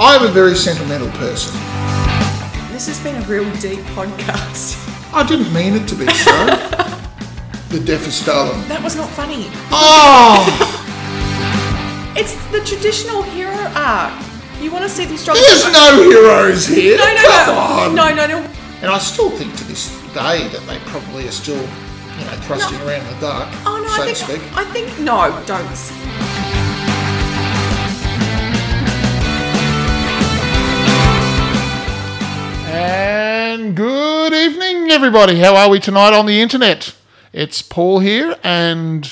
I'm a very sentimental person. This has been a real deep podcast. I didn't mean it to be so. the death of Stalin. That was not funny. Oh, It's the traditional hero arc. You want to see them struggle? there's no heroes here. no, no, Come no, on. no, no, no. And I still think to this day that they probably are still, you know, thrusting No. around in the dark, Oh no, so I to think speak. I think no, don't. And good evening, everybody. How are we tonight on the internet? It's Paul here, and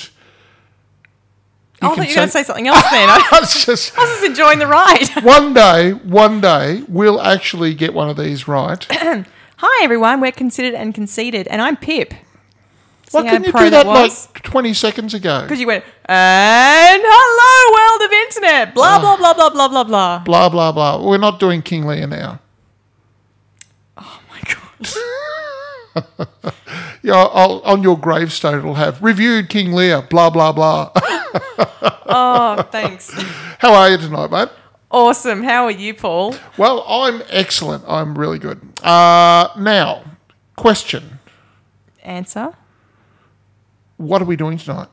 Oh, I thought can you were going to say- say Oh. something else then. I I was just was just enjoying the ride. one day, one day we'll actually get one of these right. Hi everyone, we're considered and conceited, and I'm Pip. Why couldn't you do that like twenty seconds ago? Because you went and hello world of internet, blah blah blah blah blah blah blah. Blah blah blah. We're not doing King Lear now. Oh my god. Yeah, I'll, on your gravestone it'll have reviewed King Lear. Blah blah blah. Oh, thanks. How are you tonight, mate? awesome. How are you, Paul? Well, I'm excellent. I'm really good. Uh, now, question: Answer. What are we doing tonight?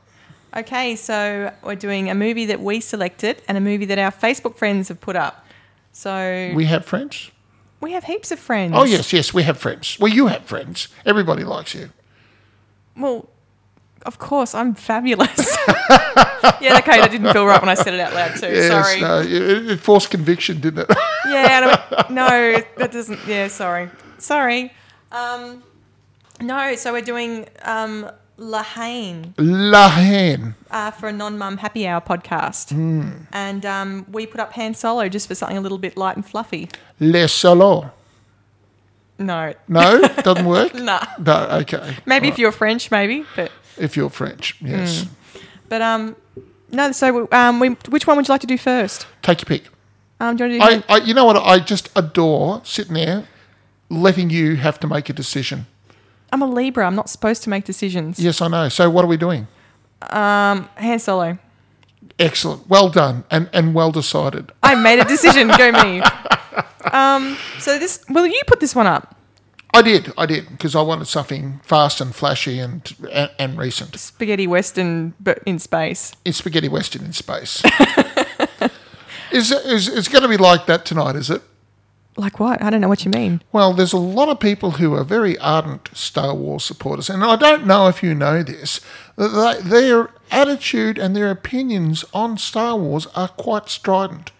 Okay, so we're doing a movie that we selected and a movie that our Facebook friends have put up. So We have friends. we have heaps of friends. Oh yes, yes, we have friends. Well, you have friends. Everybody likes you. Well, of course, I'm fabulous. yeah, okay, that didn't feel right when I said it out loud too. Yes, sorry. no, it, it forced conviction, didn't it? Yeah, and I went, no, that doesn't. Yeah, sorry, sorry. Um, no, so we're doing um, Lahane Lahan. uh, for a non-mum happy hour podcast, Hmm. and um, we put up Han Solo just for something a little bit light and fluffy. Les Salons. No, No, doesn't work. nah. No, okay. Maybe if you're French, maybe, but If you're French, yes. but um, no. So um, we, which one would you like to do first? Take your pick. Um, do you want to do? I, I, you know what? I just adore sitting there, letting you have to make a decision. I'm a Libra. I'm not supposed to make decisions. Yes, I know. So what are we doing? Um, Han Solo. Excellent. Well done, and and well decided. I made a decision. Go me. Um, so this. Will you put this one up? I did, I did, because I wanted something fast and flashy and and, and recent. Spaghetti Western, but in space. It's spaghetti western in space. is it- is it's going to be like that tonight? Is it? Like what? I don't know what you mean. Well, there's a lot of people who are very ardent Star Wars supporters, and I don't know if you know this. that they- Their attitude and their opinions on Star Wars are quite strident.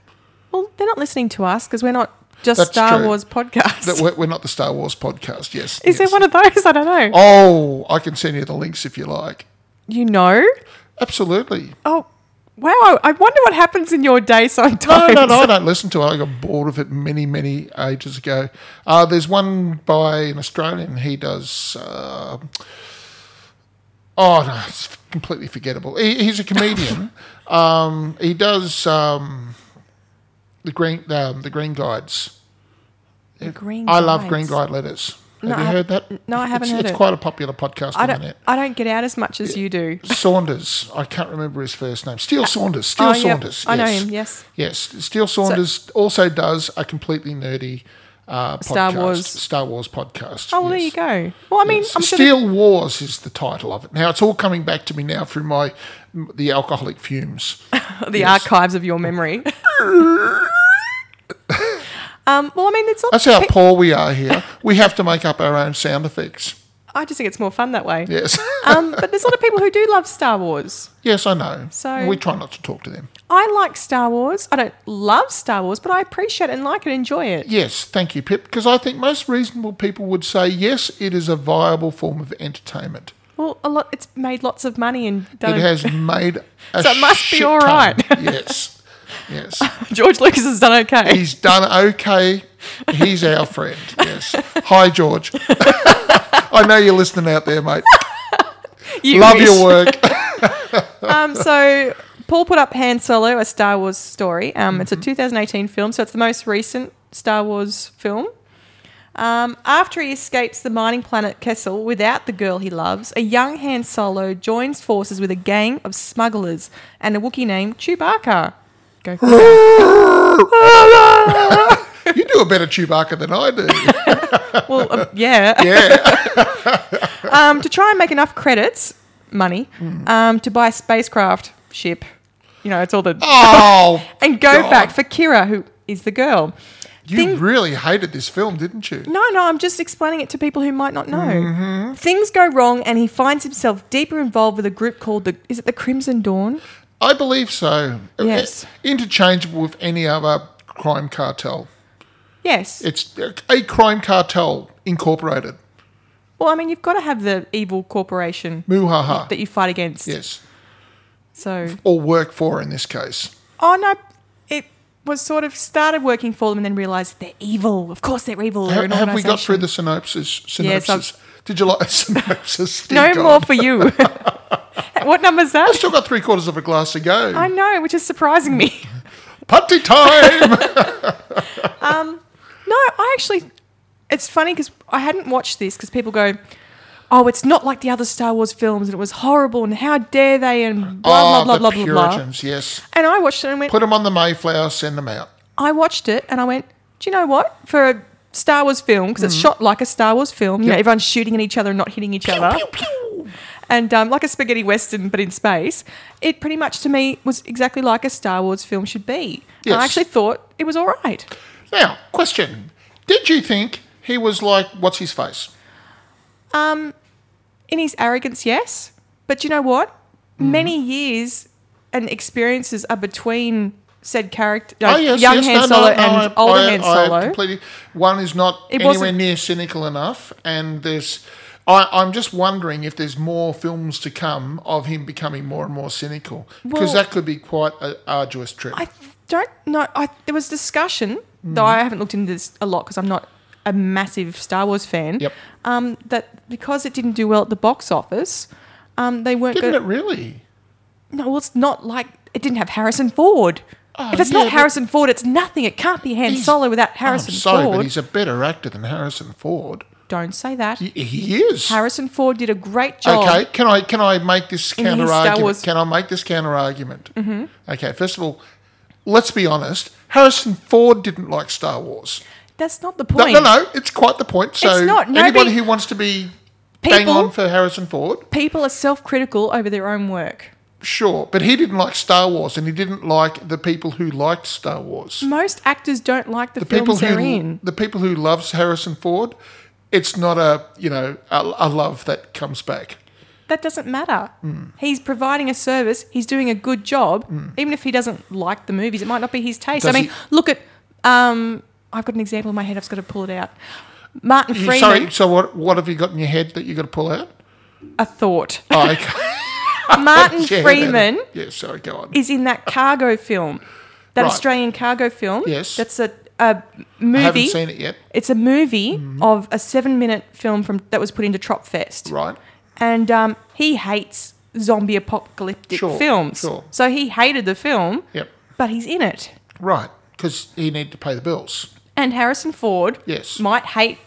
Well, they're not listening to us because we're not just That's Star true. Wars podcast. That we're, we're not the Star Wars podcast, yes. Is there yes. one of those? I don't know. Oh, I can send you the links if you like. You know? Absolutely. Oh, wow. I- I wonder what happens in your day sometimes. No, no, no, I don't listen to it. I got bored of it many, many ages ago. Uh, there's one by an Australian. He does. Uh, oh, no, it's completely forgettable. He, he's a comedian. um, he does um, the green um, the green guides. The Green I love Guides. green guide letters. Have No, you I- heard that? no, I haven't it's, heard It's it. quite a popular podcast I on the don't, net. I don't get out as much as you do. Saunders. I can't remember his first name. Steele Saunders. Steele Oh, yeah, Saunders. I know yes. him, yes. Yes, Steele Saunders also does a completely nerdy uh, podcast, Star Wars. Star Wars podcast. Oh, well, yes. there you go. Well, I mean, Yes. I'm sure. Steel Wars is the title of it. Now it's all coming back to me now through my the alcoholic fumes. the archives of your memory. um, well, I mean, it's not. That's how poor we are here. We have to make up our own sound effects. I just think it's more fun that way. Yes, Um, but there's a lot of people who do love Star Wars. yes, I know. So- we try not to talk to them. I like Star Wars. I don't love Star Wars, but I appreciate it and like and enjoy it. Yes, thank you, Pip. Because I think most reasonable people would say yes, it is a viable form of entertainment. Well, a lot. It's made lots of money and done. It has made. A So it must be shit all ton. right. yes, yes. George Lucas has done okay. He's done okay. He's our friend. Yes. Hi, George. I know you're listening out there, mate. You Love wish. your work. Um, so Paul put up Han Solo, a Star Wars story. Um, It's a Mm-hmm. 2018 film, so it's the most recent Star Wars film. Um, after he escapes the mining planet Kessel without the girl he loves, a young Han Solo joins forces with a gang of smugglers and a Wookiee named Chewbacca. Go. you do a better Chewbacca than I do. well, um, yeah. Yeah. Um, to try and make enough credits, money, Mm-hmm. um, to buy a spacecraft ship. You know, it's all the Oh, and go God. back for Kira, who is the girl. you Thing- really hated this film, didn't you? No, no, I'm just explaining it to people who might not know. Mm-hmm. Things go wrong, and he finds himself deeper involved with a group called the is it the Crimson Dawn? I believe so. Yes. Interchangeable with any other crime cartel. Yes. It's a crime cartel incorporated. well, I mean, you've got to have the evil corporation Muhaha. that you fight against. Yes. So, Or work for in this case. oh no, it was sort of started working for them, and then realised they're evil. Of course, they're evil. They're Ha- an have we got organisation. through the synopsis? Yes, Synopsis. I've- Did you like synopsis? No Dear God. more for you. what number's I've that? still got three quarters of a glass to go. I know, which is surprising me. Party time! No, I actually. It's funny because I hadn't watched this because people go, "Oh, it's not like the other Star Wars films, and it was horrible, and how dare they?" And blah Ah, blah blah the blah blah blah. Puritans, yes. And I watched it and went, Put them on the Mayflower, send them out. I watched it and I went, "Do you know what? For a Star Wars film, because it's shot like a Star Wars film, you know, Mm. Yep. everyone's shooting at each other and not hitting each other, and um, like a spaghetti western but in space. It pretty much to me was exactly like a Star Wars film should be. And Yes. I actually thought it was all right. Now, question. Did you think he was like, what's his face? in his arrogance, yes. But you know what? Mm-hmm. Many years and experiences are between said character, Oh, no, young Han Solo and older Han Solo. completely, one is not It anywhere wasn't- near cynical enough, and there's. I, I'm just wondering if there's more films to come of him becoming more and more cynical, because Well- that could be quite an arduous trip. I don't know. I, there was discussion, though Mm-hmm. I haven't looked into this a lot because I'm not a massive Star Wars fan. Yep. Um, that because it didn't do well at the box office, um, they weren't Didn't going. it really? Oh, No, well, it's not like it didn't have Harrison Ford. Oh, if it's yeah, not but- Harrison Ford, it's nothing. It can't be Han He's- Oh, Solo without Harrison I'm sorry, Ford. but he's a better actor than Harrison Ford. Don't say that. He, he is. Harrison Ford did a great job. Okay, can I can I make this oh. In his counter Star argument? Wars- Can I make this counter argument? Mm-hmm. Okay, first of all, let's be honest. Harrison Ford didn't like Star Wars. That's not the No, point. no, no, it's quite the point. So It's not. anybody Nobody- who wants to be bang People- on for Harrison Ford, People are self-critical over their own work. sure, but he didn't like Star Wars, and he didn't like the people who liked Star Wars. Most actors don't like Hmm, The the, films people who they're in. the people who loves Harrison Ford, it's not a you know a, a love that comes back. That doesn't matter. Hmm. He's providing a service. He's doing a good job, even if he doesn't like the movies. It might not be his taste. Does I mean, he- look at. Um, I've got an example in my head. I've just got to pull it out. Martin You- Freeman. Mm, Sorry, so what what have you got in your head that you got to pull out? A thought. Oh, okay. Martin Yeah, Freeman that- Yeah, sorry, go on. is in that cargo film, that Right. Australian cargo film. Yes. That's a, a I movie. haven't seen it yet. It's a movie of a seven-minute film from that was put into Tropfest, Mm-hmm. Right. and um, he hates zombie apocalyptic Sure, films. sure. So he hated the film, Yep. but he's in it. Right. Because he needed to pay the bills. And Harrison Ford Yes. might hate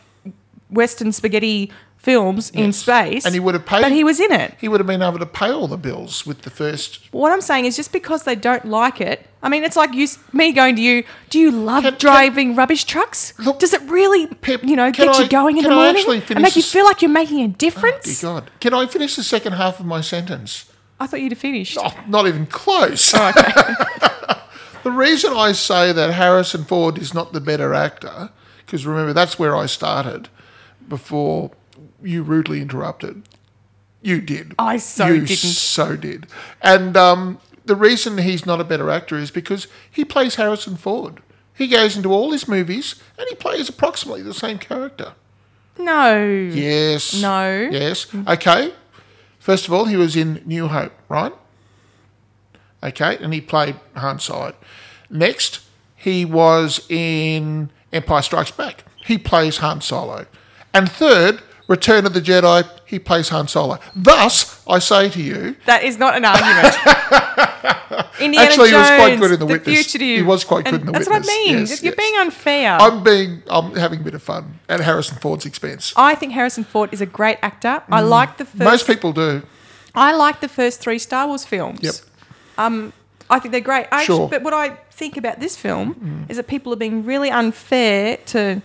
Western spaghetti films in Yes. space, And he would have paid. but he was in it. he would have been able to pay all the bills with the first. What I'm saying is, just because they don't like it, I mean, it's like you, s- me going to you. Do you love Can- can- driving rubbish trucks? Look, Does it really, Pip, you know, can get I- you going in can the I morning actually and finish make you this- feel like you're making a Dear difference? God. Can I finish the second half of my sentence? I thought you'd have finished. Oh, not even close. Oh, the reason I say that Harrison Ford is not the better actor, because remember, that's where I started before you rudely interrupted. You did. I so you didn't. so did. And um, the reason he's not a better actor is because he plays Harrison Ford. He goes into all his movies and he plays approximately the same character. No. Yes. Mm. No. Yes. Okay. First of all, he was in New Hope, right? Okay, and he played Han Solo. Next, he was in Empire Strikes Back. He plays Han Solo. And third, Return of the Jedi, he plays Han Solo. Thus, I say to you, That is not an argument. Indiana Actually, he Jones, was quite good in The Witness. Fugitive. He was quite good and in The that's Witness. what I mean. Yes, You're yes. being unfair. i I'm being, I'm having a bit of fun at Harrison Ford's expense. think Harrison Ford is a great actor. Mm. I like the first. Most people do. I like the first three Star Wars films. Yep. Um, I think they're great. I Sure. Mm. but what I think about this film is that people are being really unfair to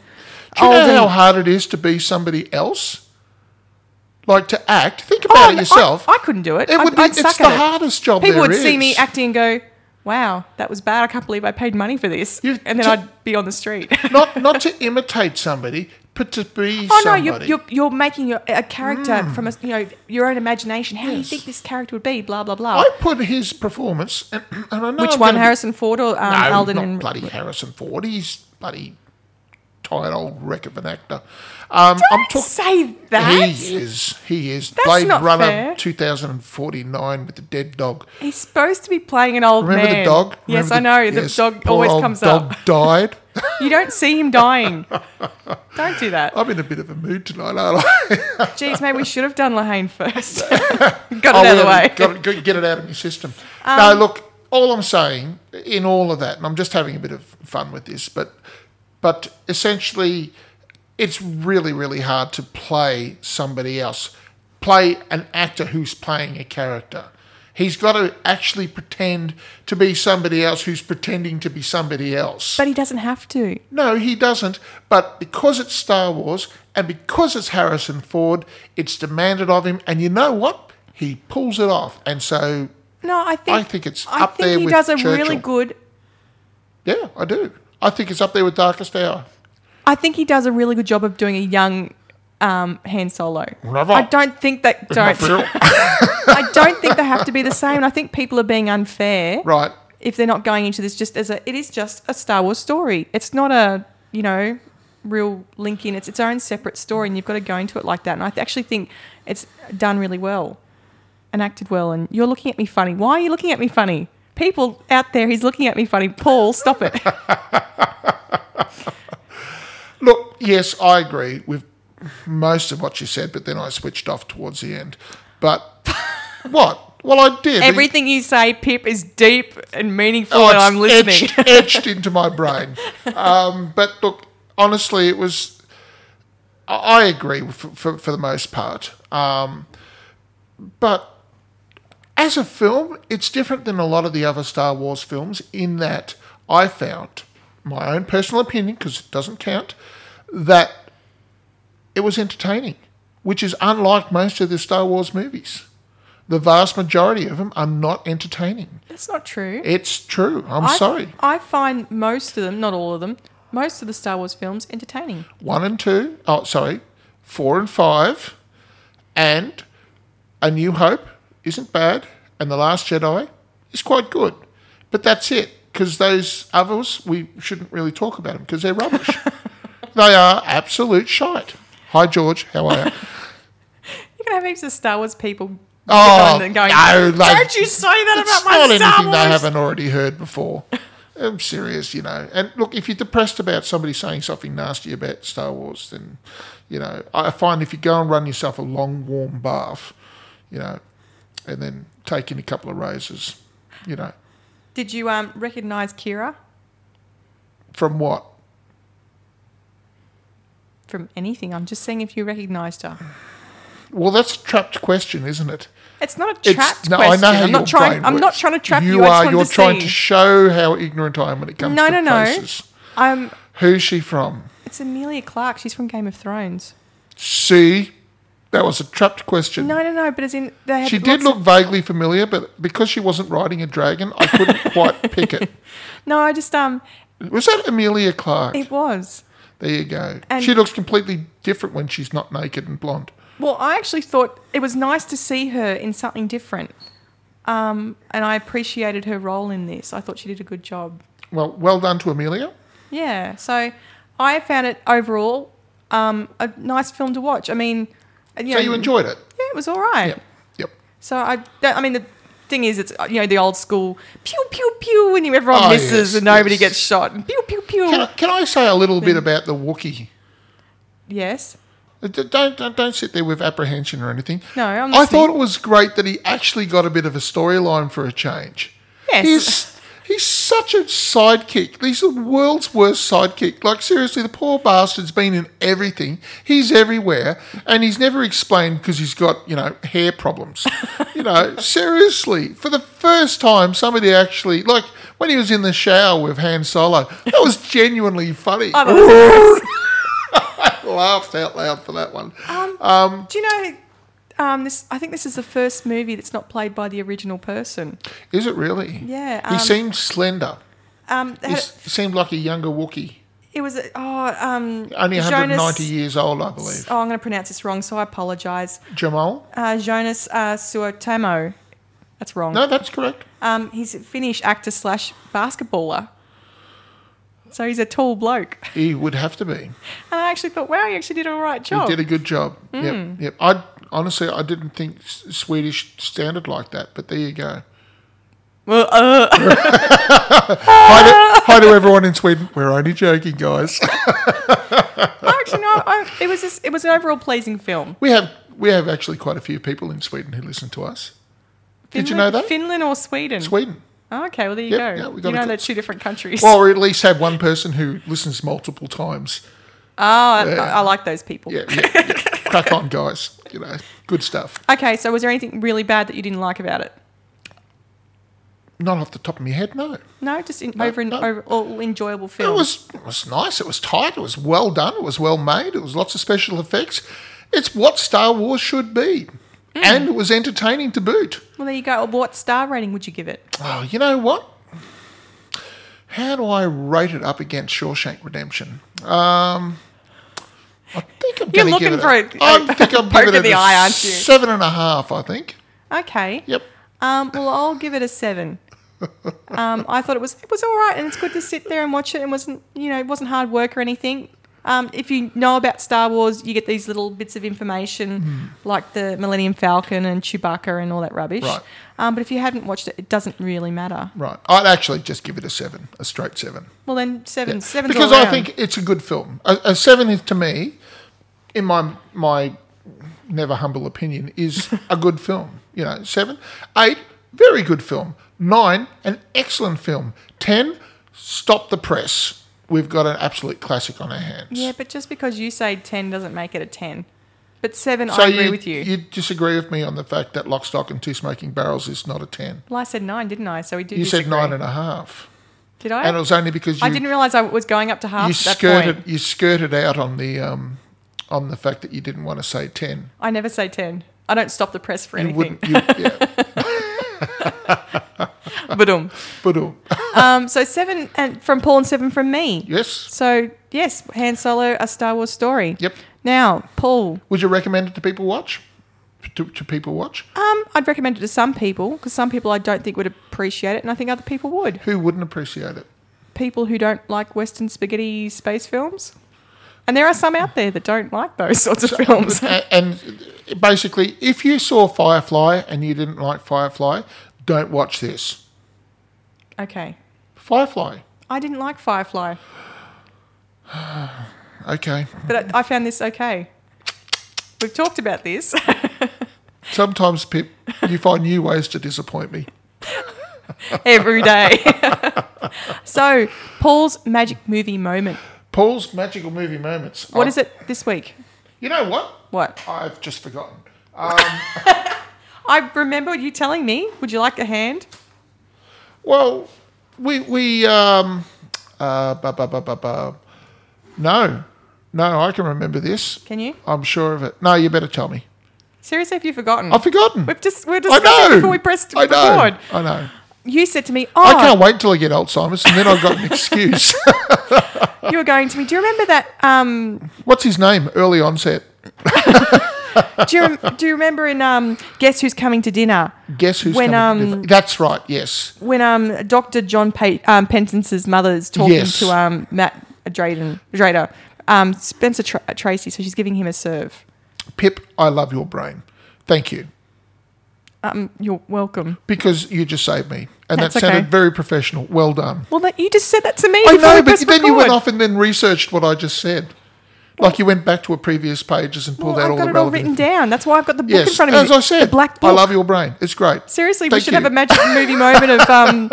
Do you know older- how hard it is to be somebody else? Like to act. Think Oh, about I- it yourself. I, couldn't do it. it would I'd, be, I'd it's suck the at it. hardest job People there would see me is. acting and go, "Wow, that was bad. I can't believe I paid money for this." You've and then t- i I'd be on the street. not not to imitate somebody, but to be oh no, somebody. Mm. you're, you're you're making your, a character from a you know your own imagination. How do you Yes. think this character would be? Blah blah blah. I put his performance, and, and I know Which I'm one, gonna be- Harrison Ford or um, No, Alden? not and, bloody Harrison Ford. He's bloody tired old wreck of an actor. Um, I'm Don't talking. say that. He is. He is. That's Blade not Runner fair. 2049 with the dead dog. He's supposed to be playing an old Remember man. the dog? Yes, Remember I know. The yes, dog poor always old comes dog up. died. You don't see him dying. don't do that. I'm in a bit of a mood tonight, aren't I? Jeez, maybe we should have done Lahane first. Got it Oh, out of the well, way. Got it, got- get it out of your system. no, look, all I'm saying in all of that, and I'm just having a bit of fun with this, but but essentially, it's really really hard to play somebody else, play an actor who's playing a character. He's got to actually pretend to be somebody else who's pretending to be somebody else. But he doesn't have to. No, he doesn't. But because it's Star Wars and because it's Harrison Ford, it's demanded of him. And you know what? He pulls it off. And so, No, I think I think it's I up think there he with does a really Churchill. good. yeah, I do. I think it's up there with Darkest Hour. I think he does a really good job of doing a young um, Han Solo. Bravo. I don't think that don't. right. I don't think they have to be the same. And I think people are being unfair if they're not going into this just as a. It is just a Star Wars story. It's not a you know real link in. It's its own separate story, and you've got to go into it like that. And I actually think it's done really well and acted well. And you're looking at me funny. Why are you looking at me funny? People out there, he's looking at me funny. Paul, stop it. Look, yes, I agree with most of what you said, but then I switched off towards the end. But what? Well, I did. but it- Everything you say, Pip, is deep and meaningful, Oh, and it's I'm listening. Etched, etched into my brain. Um, but look, honestly, it was. I I agree for, for, for the most part. Um, but as a film, it's different than a lot of the other Star Wars films in that I found, my own personal opinion, because it doesn't count, that it was entertaining, which is unlike most of the Star Wars movies. The vast majority of them are not entertaining. That's not true. It's true. I'm I- sorry. I find most of them, not all of them, most of the Star Wars films entertaining. One and two. Oh, sorry. Four and five. And A New Hope isn't bad. And The Last Jedi is quite good. But that's it. Because those others, we shouldn't really talk about them because they're rubbish. they are absolute shite. Hi, George. How are you? You're gonna have heaps of Star Wars people Oh, going, and going no, like, Don't you say that It's about my not Star anything Wars? they haven't already heard before. I'm serious, you know. And look, if you're depressed about somebody saying something nasty about Star Wars, then, you know, I find if you go and run yourself a long, warm bath, you know, and then take in a couple of roses, you know, Did you um, recognize Kira from what? from anything? I'm just seeing if you recognized her. Well, that's a trapped question, isn't it? It's not a It's- trapped no, question. I know how am not your trying. brain I'm not works. trying to trap you. You I are. just You're wanted to trying see. to show how ignorant I am when it comes No, to no, no. faces. I'm. Who's she from? Um, It's Amelia Clark. She's from Game of Thrones. See, that was a trapped question. No, no, no. But as in, they had She lots did of- look vaguely familiar, but because she wasn't riding a dragon, I couldn't quite pick it. no, I just um, Was that Amelia Clark? it was. There you go. And- she looks completely different when she's not naked and blonde. Well, I actually thought it was nice to see her in something different. Um, and I appreciated her role in this. I thought she did a good job. Well, well done to Amelia. Yeah. So I found it overall um, a nice film to watch. I mean, uh, you So you enjoyed it? Yeah, it was all right. Yep. Yep. So I, don't, I mean, the thing is, it's you know the old school pew pew pew, and everyone Oh, misses yes, and nobody yes. gets shot. And pew pew pew. Can I, can I say a little bit about the Wookiee? Uh, yes. D- Don't, don't don't sit there with apprehension or anything. No, I'm I listening. thought it was great that he actually got a bit of a storyline for a change. Yes. He's he's such a sidekick. He's the world's worst sidekick. Like seriously, the poor bastard's been in everything. He's everywhere, and he's never explained because he's got you know hair problems. You know, seriously, for the first time, somebody actually like when he was in the shower with Han Solo. That was genuinely funny. I don't know. I laughed out loud for that one. Oh, Do you know? Um, this I think this is the first movie that's not played by the original person. Is it really? Yeah, he um, seemed slender. Um, they He had- s- seemed like a younger Wookiee. it was oh um, Only 190 Jonas- years old, I believe. Oh, I'm going to pronounce this wrong, so I apologise. Jamal? Uh, Jonas uh, Suotamo. That's wrong. No, that's correct. Um, he's a Finnish actor slash basketballer. So he's a tall bloke. He would have to be. And I actually thought, wow, he actually did a right He job. did a good job. Hmm. Yep, yep. I honestly, I didn't think S- Swedish standard like that, but there you go. well, uh, Hi to, hi to everyone in Sweden. We're only joking, guys. oh, actually, no. I, it was just, it was an overall pleasing film. We have we have actually quite a few people in Sweden who listen to us. Did you know that? Finland or Sweden? Sweden. Oh, okay, well there you Yep, yeah, go. we you got a know cl- they're two different countries. Well, or at least have one person who listens multiple times. oh, I, yeah. I like those people. Yeah, yeah, yeah. crack on, guys. You know, good stuff. Okay, so was there anything really bad that you didn't like about it? Not off the top of my head, no. No, just in, over and no. over all enjoyable It film. was it was nice. It was tight. It was well done. It was well made. It was lots of special effects. It's what Star Wars should be, Hmm. and it was entertaining to boot. well, there you go. What star rating would you give it? Oh, you know what? How do I rate it up against Shawshank Redemption? Um, I think I'm You're going to give looking it. for a- a- I think I'm poke giving in it the a eye, aren't you? seven and a half. I think. Okay. Yep. Um, well, I'll give it a seven. Um, I thought it was it was all right, and it's good to sit there and watch it. And wasn't you know it wasn't hard work or anything. Um, if you know about Star Wars, you get these little bits of information Hmm. like the Millennium Falcon and Chewbacca and all that rubbish. Right. Um, but if you hadn't watched it, it doesn't really matter. Right. I'd actually just give it a seven, a straight seven. Well, then seven, seven. because I think it's a good film. A, a seven is to me, in my my never humble opinion, is a good film. You know, seven, eight, very good film. Nine, an excellent film. Ten, stop the press. We've got an absolute classic on our hands. Yeah, but just because you say ten doesn't make it a ten. But seven, So I agree with you. You disagree with me on the fact that Lock, Stock, and Two Smoking Barrels is not a ten. Well, I said nine, didn't I? So we do. You said disagree. nine and a half, Did I? and it was only because you I didn't realize I was going up to half. you at that skirted point. you skirted out on the um, on the fact that you didn't want to say ten. I never say 10. I don't stop the press for You anything. wouldn't. You, yeah. Badum. But um, um, so seven and from Paul and seven from me. yes. So yes, Han Solo, a Star Wars story. Yep. Now, Paul, Would you recommend it to people watch? To, to people watch? um, I'd recommend it to some people because some people I don't think would appreciate it, and I think other people would. Who wouldn't appreciate it? People who don't like Western spaghetti space films, and there are some out there that don't like those sorts of films. A- and basically, if you saw Firefly and you didn't like Firefly, don't watch this. okay, Firefly. I didn't like Firefly, Okay. but I, I found this okay. We've talked about this. Sometimes, Pip, you find new ways to disappoint me. every day. so, Paul's magic movie moment. Paul's magical movie moments. What I- is it this week? You know what? What? I've just forgotten. I remember you telling me, would you like a hand? Well, we we um uh bu- bu- bu- bu- bu- no, no, I can remember this. Can you? I'm sure of it. No, you better tell me. Seriously, have you forgotten? I've forgotten. We've just we we're I know. discussing before we pressed I know. record. I know. You said to me, I can't "Oh, wait till I get Alzheimer's, and then I've got an excuse. you were going to me. Do you remember that? Um, What's his name? Early onset. do you rem- do you remember in um, Guess Who's Coming to Dinner Guess who's When, coming? to um, live- That's right. Yes. when um, Doctor John pa- um, Penton's mother's talking Yes. to um, Matt Drayden, Drader, um, Spencer Tra- Tracy, so she's giving him a serve. Pip, I love your brain. Thank you. Um, you're welcome. Because you just saved me. And That's that sounded okay. very professional. Well done. Well, that you just said that to me. I before we know, but pressed then you went record. off and then researched what I just said. Like you went back to a previous pages and pulled out Well, I've all got the it all relevant. written info. down. That's why I've got the book Yes, in front of me. as I the said, black I book. love your brain. It's great. Seriously, we Thank should you. have a magic movie moment of um,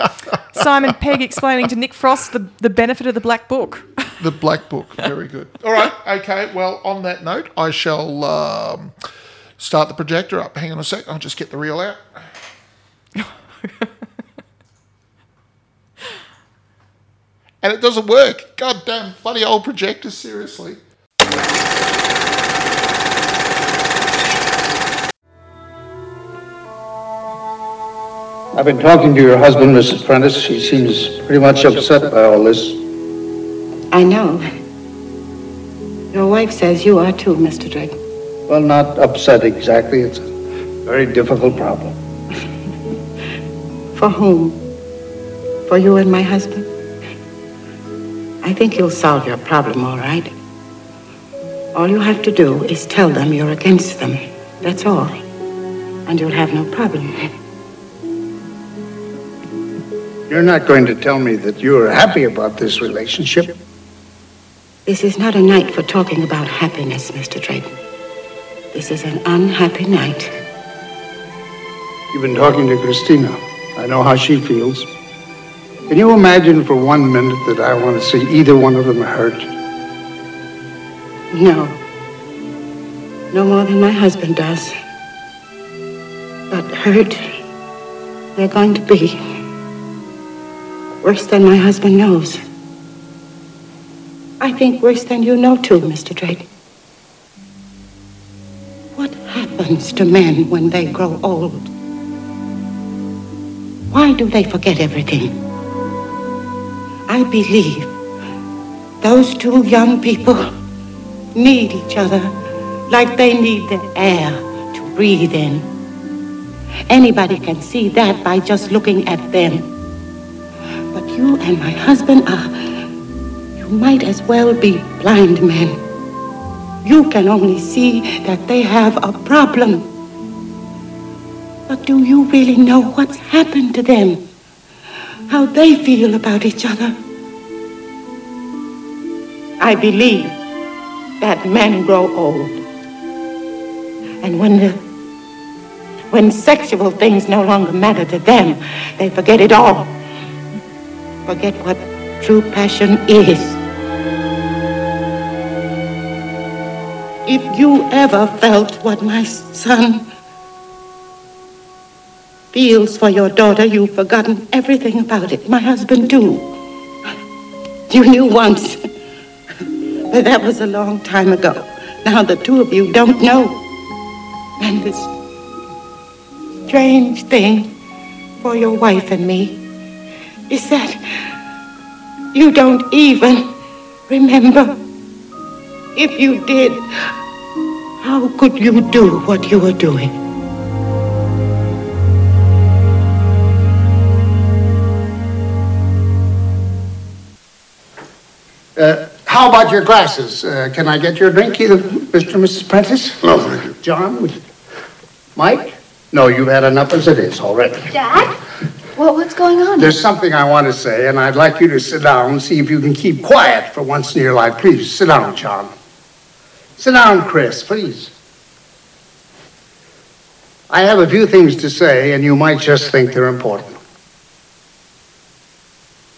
Simon Pegg explaining to Nick Frost the, the benefit of the black book. the black book. Very good. All right. Okay. Well, on that note, I shall um, Start the projector up. Hang on a sec. I'll just get the reel out. and it doesn't work. Goddamn bloody old projectors, seriously. I've been talking to your husband, Mrs. Prentice. She seems pretty much upset by all this. I know. Your wife says you are too, Mr. Drake. Well, not upset exactly. It's a very difficult problem. For whom? For you and my husband? I think you'll solve your problem all right. All you have to do is tell them you're against them. That's all. And you'll have no problem. You're not going to tell me that you're happy about this relationship. This is not a night for talking about happiness, Mr. Drayton. This is an unhappy night. You've been talking to Christina. I know how she feels. Can you imagine for one minute that I want to see either one of them hurt? No. No more than my husband does. But hurt, they're going to be. Worse than my husband knows. I think worse than you know, too, Mr. Drayton. What happens to men when they grow old? Why do they forget everything? I believe those two young people need each other like they need the air to breathe in. Anybody can see that by just looking at them. But you and my husband are, you might as well be blind men. You can only see that they have a problem. But do you really know what's happened to them? How they feel about each other? I believe that men grow old. And when the when sexual things no longer matter to them, they forget it all. Forget what true passion is. If you ever felt what my son feels for your daughter, you've forgotten everything about it. My husband, too. You knew once. But that was a long time ago. Now the two of you don't know. And this strange thing for your wife and me is that you don't even remember. If you did, how could you do what you were doing? Uh, how about your glasses? Uh, can I get you a drink, either Mr. and Mrs. Prentice? No, thank you. John? would you- Mike? No, you've had enough as it is already. Dad? What, what's going on? There's something I want to say, and I'd like you to sit down and see if you can keep quiet for once in your life. Please, sit down, John. Sit down, Chris, please. I have a few things to say, and you might just think they're important.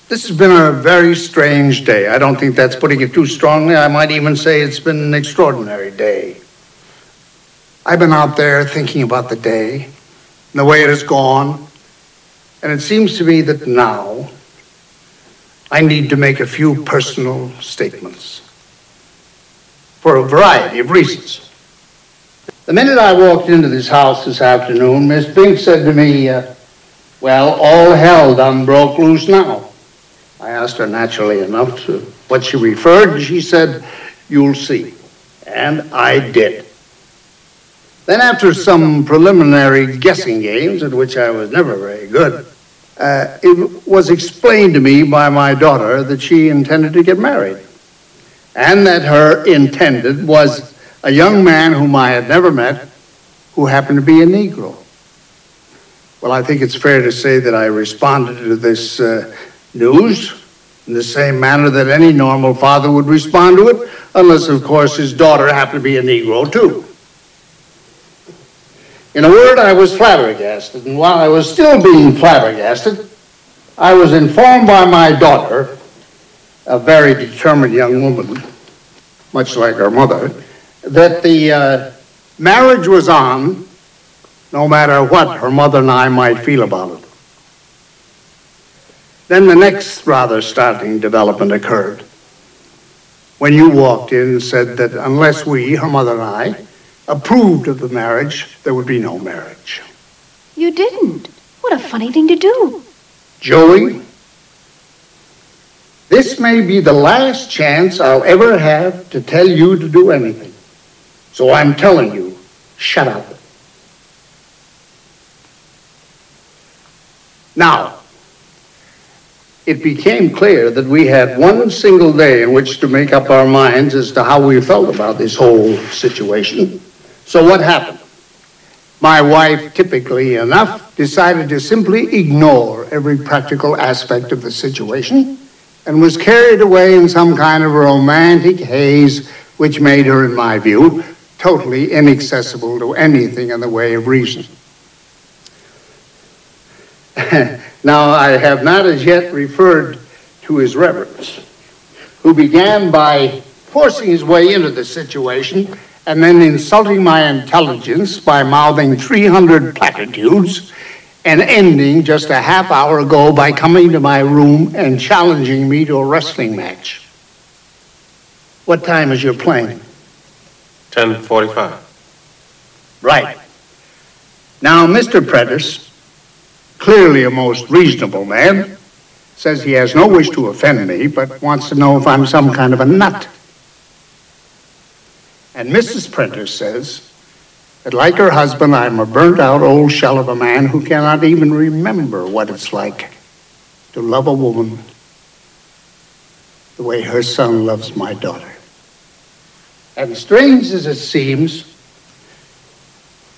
This has been a very strange day. I don't think that's putting it too strongly. I might even say it's been an extraordinary day. I've been out there thinking about the day and the way it has gone. And it seems to me that now I need to make a few personal statements for a variety of reasons. The minute I walked into this house this afternoon, Miss Bink said to me, uh, Well, all hell done broke loose now. I asked her naturally enough to what she referred, and she said, You'll see. And I did. Then, after some preliminary guessing games, at which I was never very good, uh, it was explained to me by my daughter that she intended to get married. And that her intended was a young man whom I had never met who happened to be a Negro. Well, I think it's fair to say that I responded to this uh, news in the same manner that any normal father would respond to it, unless, of course, his daughter happened to be a Negro, too. In a word, I was flabbergasted, and while I was still being flabbergasted, I was informed by my daughter, a very determined young woman, much like her mother, that the uh, Marriage was on, no matter what her mother and I might feel about it. Then the next rather startling development occurred. When you walked in and said that unless we, her mother and I, approved of the marriage, there would be no marriage. You didn't. What a funny thing to do. Joey, this may be the last chance I'll ever have to tell you to do anything. So I'm telling you, shut up. Now, it became clear that we had one single day in which to make up our minds as to how we felt about this whole situation. So what happened? My wife, typically enough, decided to simply ignore every practical aspect of the situation and was carried away in some kind of romantic haze which made her, in my view, totally inaccessible to anything in the way of reason. now, I have not as yet referred to his reverence, who began by forcing his way into the situation and then insulting my intelligence by mouthing 300 platitudes and ending just a half hour ago by coming to my room and challenging me to a wrestling match. What time is your plane? 10:45. Right. Now, Mr. Prentice, clearly a most reasonable man, says he has no wish to offend me, but wants to know if I'm some kind of a nut. And Mrs. Prentice says that, like her husband, I'm a burnt out old shell of a man who cannot even remember what it's like to love a woman the way her son loves my daughter. And strange as it seems,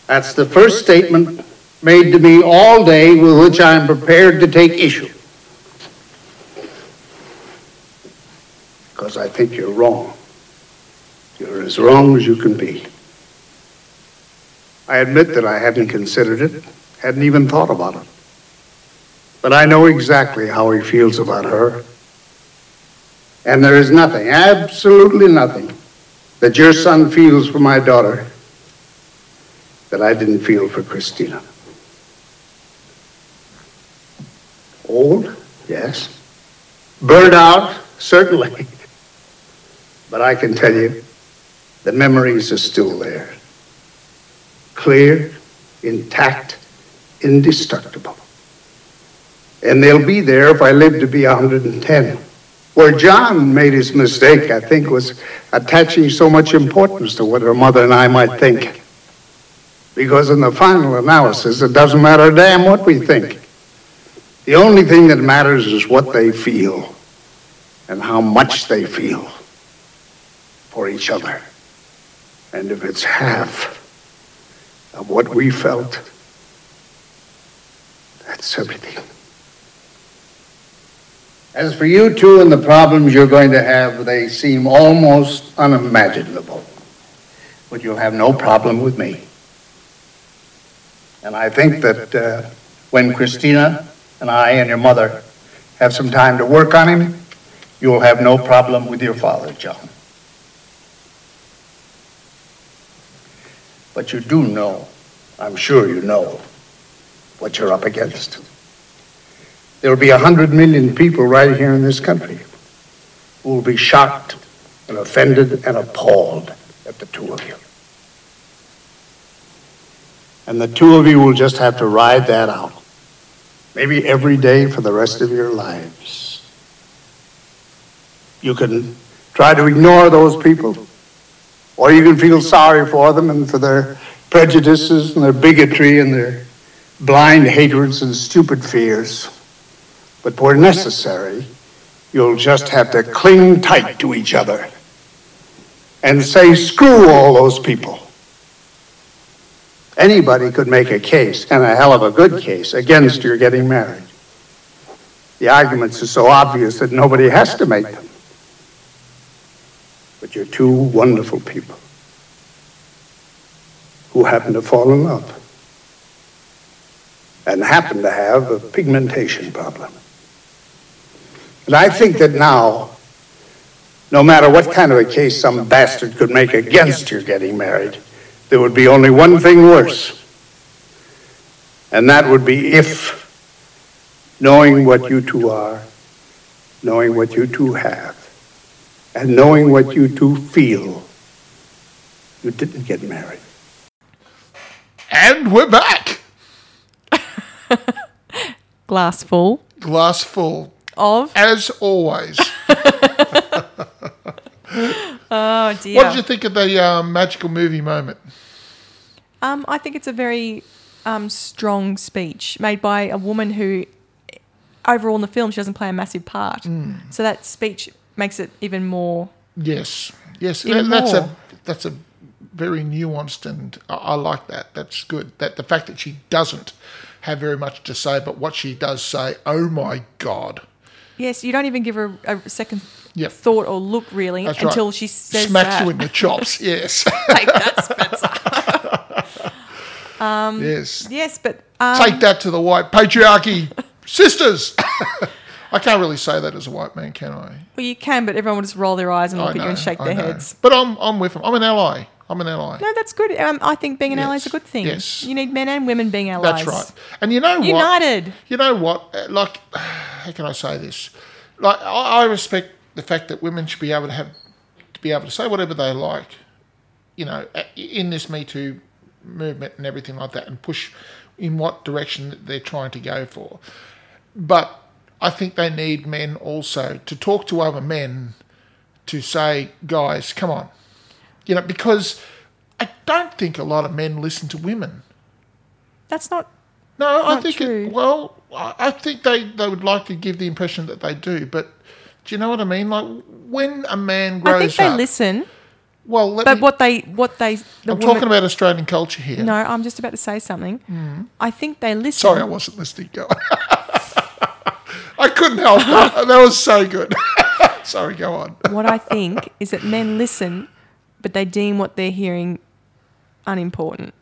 that's the first statement made to me all day with which I'm prepared to take issue. Because I think you're wrong. You're as wrong as you can be. I admit that I hadn't considered it, hadn't even thought about it. But I know exactly how he feels about her. And there is nothing, absolutely nothing, that your son feels for my daughter that I didn't feel for Christina. Old, yes. Burned out, certainly. But I can tell you, the memories are still there. Clear, intact, indestructible. And they'll be there if I live to be 110. Where John made his mistake, I think, was attaching so much importance to what her mother and I might think. Because in the final analysis, it doesn't matter a damn what we think. The only thing that matters is what they feel and how much they feel for each other. And if it's half of what we felt, that's everything. As for you two and the problems you're going to have, they seem almost unimaginable. But you'll have no problem with me. And I think that uh, when Christina and I and your mother have some time to work on him, you'll have no problem with your father, John. But you do know, I'm sure you know, what you're up against. There'll be a hundred million people right here in this country who will be shocked and offended and appalled at the two of you. And the two of you will just have to ride that out. Maybe every day for the rest of your lives. You can try to ignore those people, or you can feel sorry for them and for their prejudices and their bigotry and their blind hatreds and stupid fears. But where necessary, you'll just have to cling tight to each other and say, screw all those people. Anybody could make a case, and a hell of a good case, against your getting married. The arguments are so obvious that nobody has to make them. But you're two wonderful people who happen to fall in love and happen to have a pigmentation problem. And I think that now, no matter what kind of a case some bastard could make against your getting married, there would be only one thing worse. And that would be if, knowing what you two are, knowing what you two have, and knowing what you two feel, you didn't get married. And we're back. Glass full Glass full, of. as always. Oh dear. What did you think of the um, magical movie moment? Um, I think it's a very um, strong speech made by a woman who, overall in the film, she doesn't play a massive part. Mm. So that speech makes it even more. Yes, yes, In and that's war. a that's a very nuanced, and I, I like that. That's good. That the fact that she doesn't have very much to say, but what she does say, oh my god, Yes, you don't even give her a second Yep. thought or look really That's right. until she says smacks that. you in the chops. yes, Take that, Spencer. Um, yes. yes, but um, Take that to the white patriarchy, sisters. I can't really say that as a white man, can I? well, you can, but everyone will just roll their eyes and I look at you and shake I their know. heads. But I'm I'm with them. I'm an ally. I'm an ally. No, that's good. Um, I think being an ally is a Yes. good thing. Yes. You need men and women being allies. That's right. And you know what? United. You know what? Uh, Like, how can I say this? Like, I, I respect the fact that women should be able to have to be able to say whatever they like. You know, a- in this Me Too movement and everything like that, and push in what direction that they're trying to go for. But I think they need men also to talk to other men to say, guys, come on. You know, because I don't think a lot of men listen to women. That's not. No, I Not think true. it, well, I I think they, they would like to give the impression that they do, but do you know what I mean? Like when a man grows I think they up, listen, well, let but me- what they what they. The uh, I'm woman- talking about Australian culture here. No, I'm just about to say something. I think they listen. Hmm. Sorry, I wasn't listening. Go. on. I couldn't help that. That was so good. Sorry, go on. what I think is that men listen, but they deem what they're hearing unimportant,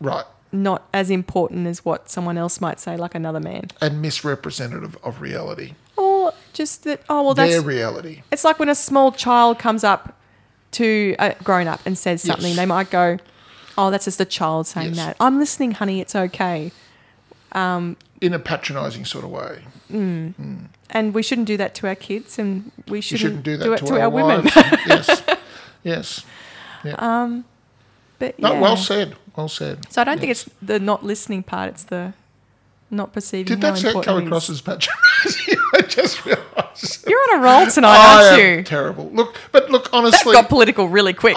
Right, not as important as what someone else might say, like another man, and misrepresentative of reality. or just that. Oh well, that's Their reality. It's like when a small child comes up to a grown up and says Yes. something, they might go, "Oh, that's just a child saying Yes. that." I'm listening, honey. It's okay, In a patronising sort of way. and we shouldn't do that to our kids, and we You shouldn't shouldn't, do that it to, to our women. wives. yes. Yes. but No, yeah. well said. Well said. so I don't think Yes. it's the not listening part; it's the not perceiving. Did how that set come important it is. across as patronising? I just realised. You're on a roll tonight, I aren't am you? terrible. Look, but look, That honestly, got political really quick.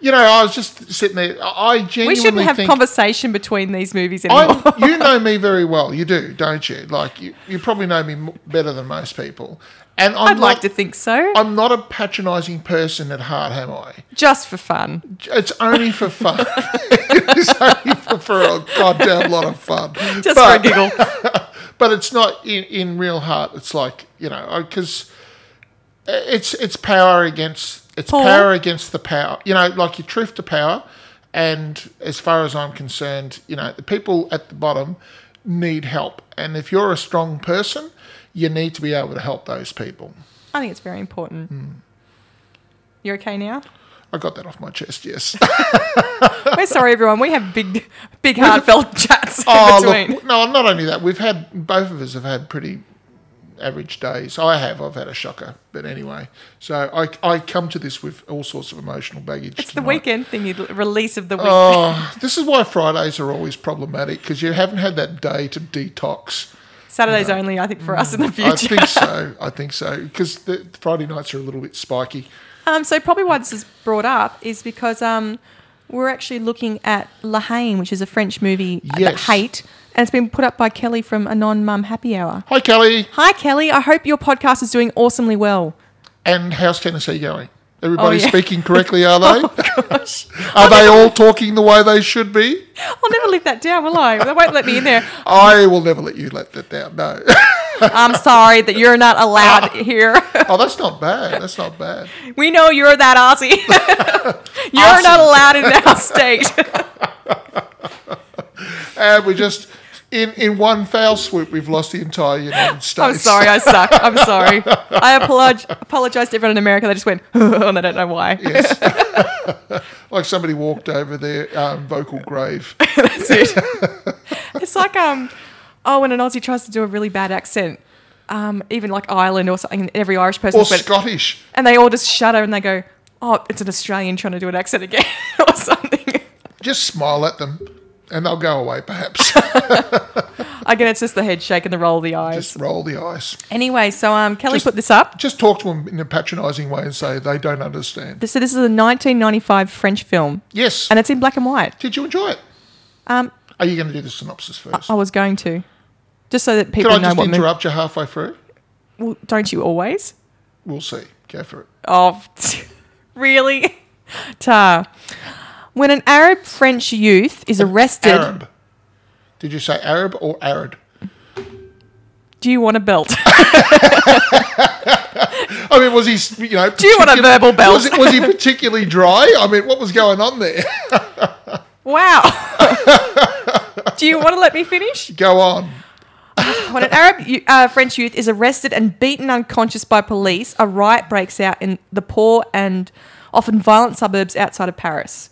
you know, I was just sitting there. I I we genuinely shouldn't have think, conversation between these movies anymore. I, you know me very well. You do, don't you? Like you, you probably know me m- better than most people. And I'm I'd like not- to think so, I'm not a patronising person at heart, am I? just for fun. It's only for fun. it's only for, for a goddamn lot of fun. Just But- for a giggle. but it's not in, in real heart. It's like you know, because it's it's power against it's Paul? power against the power. You know, like your truth to power. And as far as I'm concerned, you know, the people at the bottom need help. And if you're a strong person, you need to be able to help those people. I think it's very important. Hmm. You're okay now? I got that off my chest. Yes. We're sorry, everyone. We have big, big heartfelt chats in oh, between. look, no, not only that, we've had both of us have had pretty average days. I have. I've had a shocker, but anyway. So I, I come to this with all sorts of emotional baggage. it's the tonight. weekend thing, you release of the week. Oh, this is why Fridays are always problematic because you haven't had that day to detox. Saturday's only, I think, for us in the Hmm. I future. think so. I think so because the Friday nights are a little bit spiky. Um, so probably why this is brought up is because um, we're actually looking at La Haine, which is a French movie that Yes. hate, and it's been put up by Kelly from a non-mum happy hour. Hi, Kelly. Hi, Kelly. I hope your podcast is doing awesomely well. And how's Tennessee going? Everybody Oh, yeah. Oh, speaking correctly, are they? Gosh, Are they all talking the way they should be? I'll never live that down, will I? They won't let me in there. I will never let you let that down. No. I'm sorry that you're not allowed here. Oh, that's not bad. That's not bad. We know you're that Aussie. you're not allowed in our state. And we just in in one foul swoop, we've lost the entire United States. I'm sorry, I suck. I'm sorry. I apologize, apologize to everyone in America. They just went, and I don't know why. Yes. like somebody walked over their um, vocal grave. That's it. it's like um, oh, when an Aussie tries to do a really bad accent, um, even like Ireland or something, and every Irish person, Or but- Scottish. and they all just shudder and they go, oh, it's an Australian trying to do an accent again or something. Just smile at them and they'll go away, perhaps. Again, it's just the head shake and the roll of the eyes. Just roll the eyes. anyway, so um, Kelly Just- put this up. Just talk to them in a patronising way and say they don't understand. So this is a 1995 French film, Yes. and it's in black and white. Did you enjoy it? Um, Are you going to do the synopsis first? I was going to, just so that Can people I know just what. Mo- interrupt you halfway through? well, don't you always? We'll see. Go for it. Oh, really? Tar. When an Arab French youth is arrested, Arab. Did you say Arab or Arid? do you want a belt? I mean, was he, you know, do you want a verbal belt? Was, it, was he particularly dry? I mean, what was going on there? wow. do you want to let me finish? Go on. When an Arab you- uh, French youth is arrested and beaten unconscious by police, a riot breaks out in the poor and often violent suburbs outside of Paris.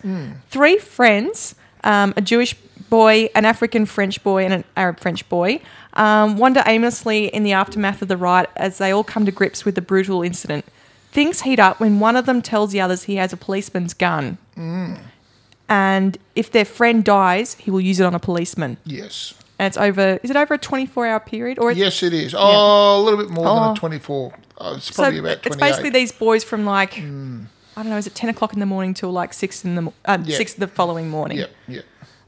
Three friends, um, a Jewish boy, an African French boy, and an Arab French boy, um, wander aimlessly in the aftermath of the riot as they all come to grips with the brutal incident. Things heat up when one of them tells the others he has a policeman's gun. And if their friend dies, he will use it on a policeman Yes. and it's over. Is it over a twenty-four hour period or Yes, it is. Oh, a little bit more than Oh. a 24. Oh, it's So probably about 28. it's basically these boys from like I don't know. Is it ten o'clock in the morning till like six in the mo- uh, Yeah. six the following morning? Yeah, yeah.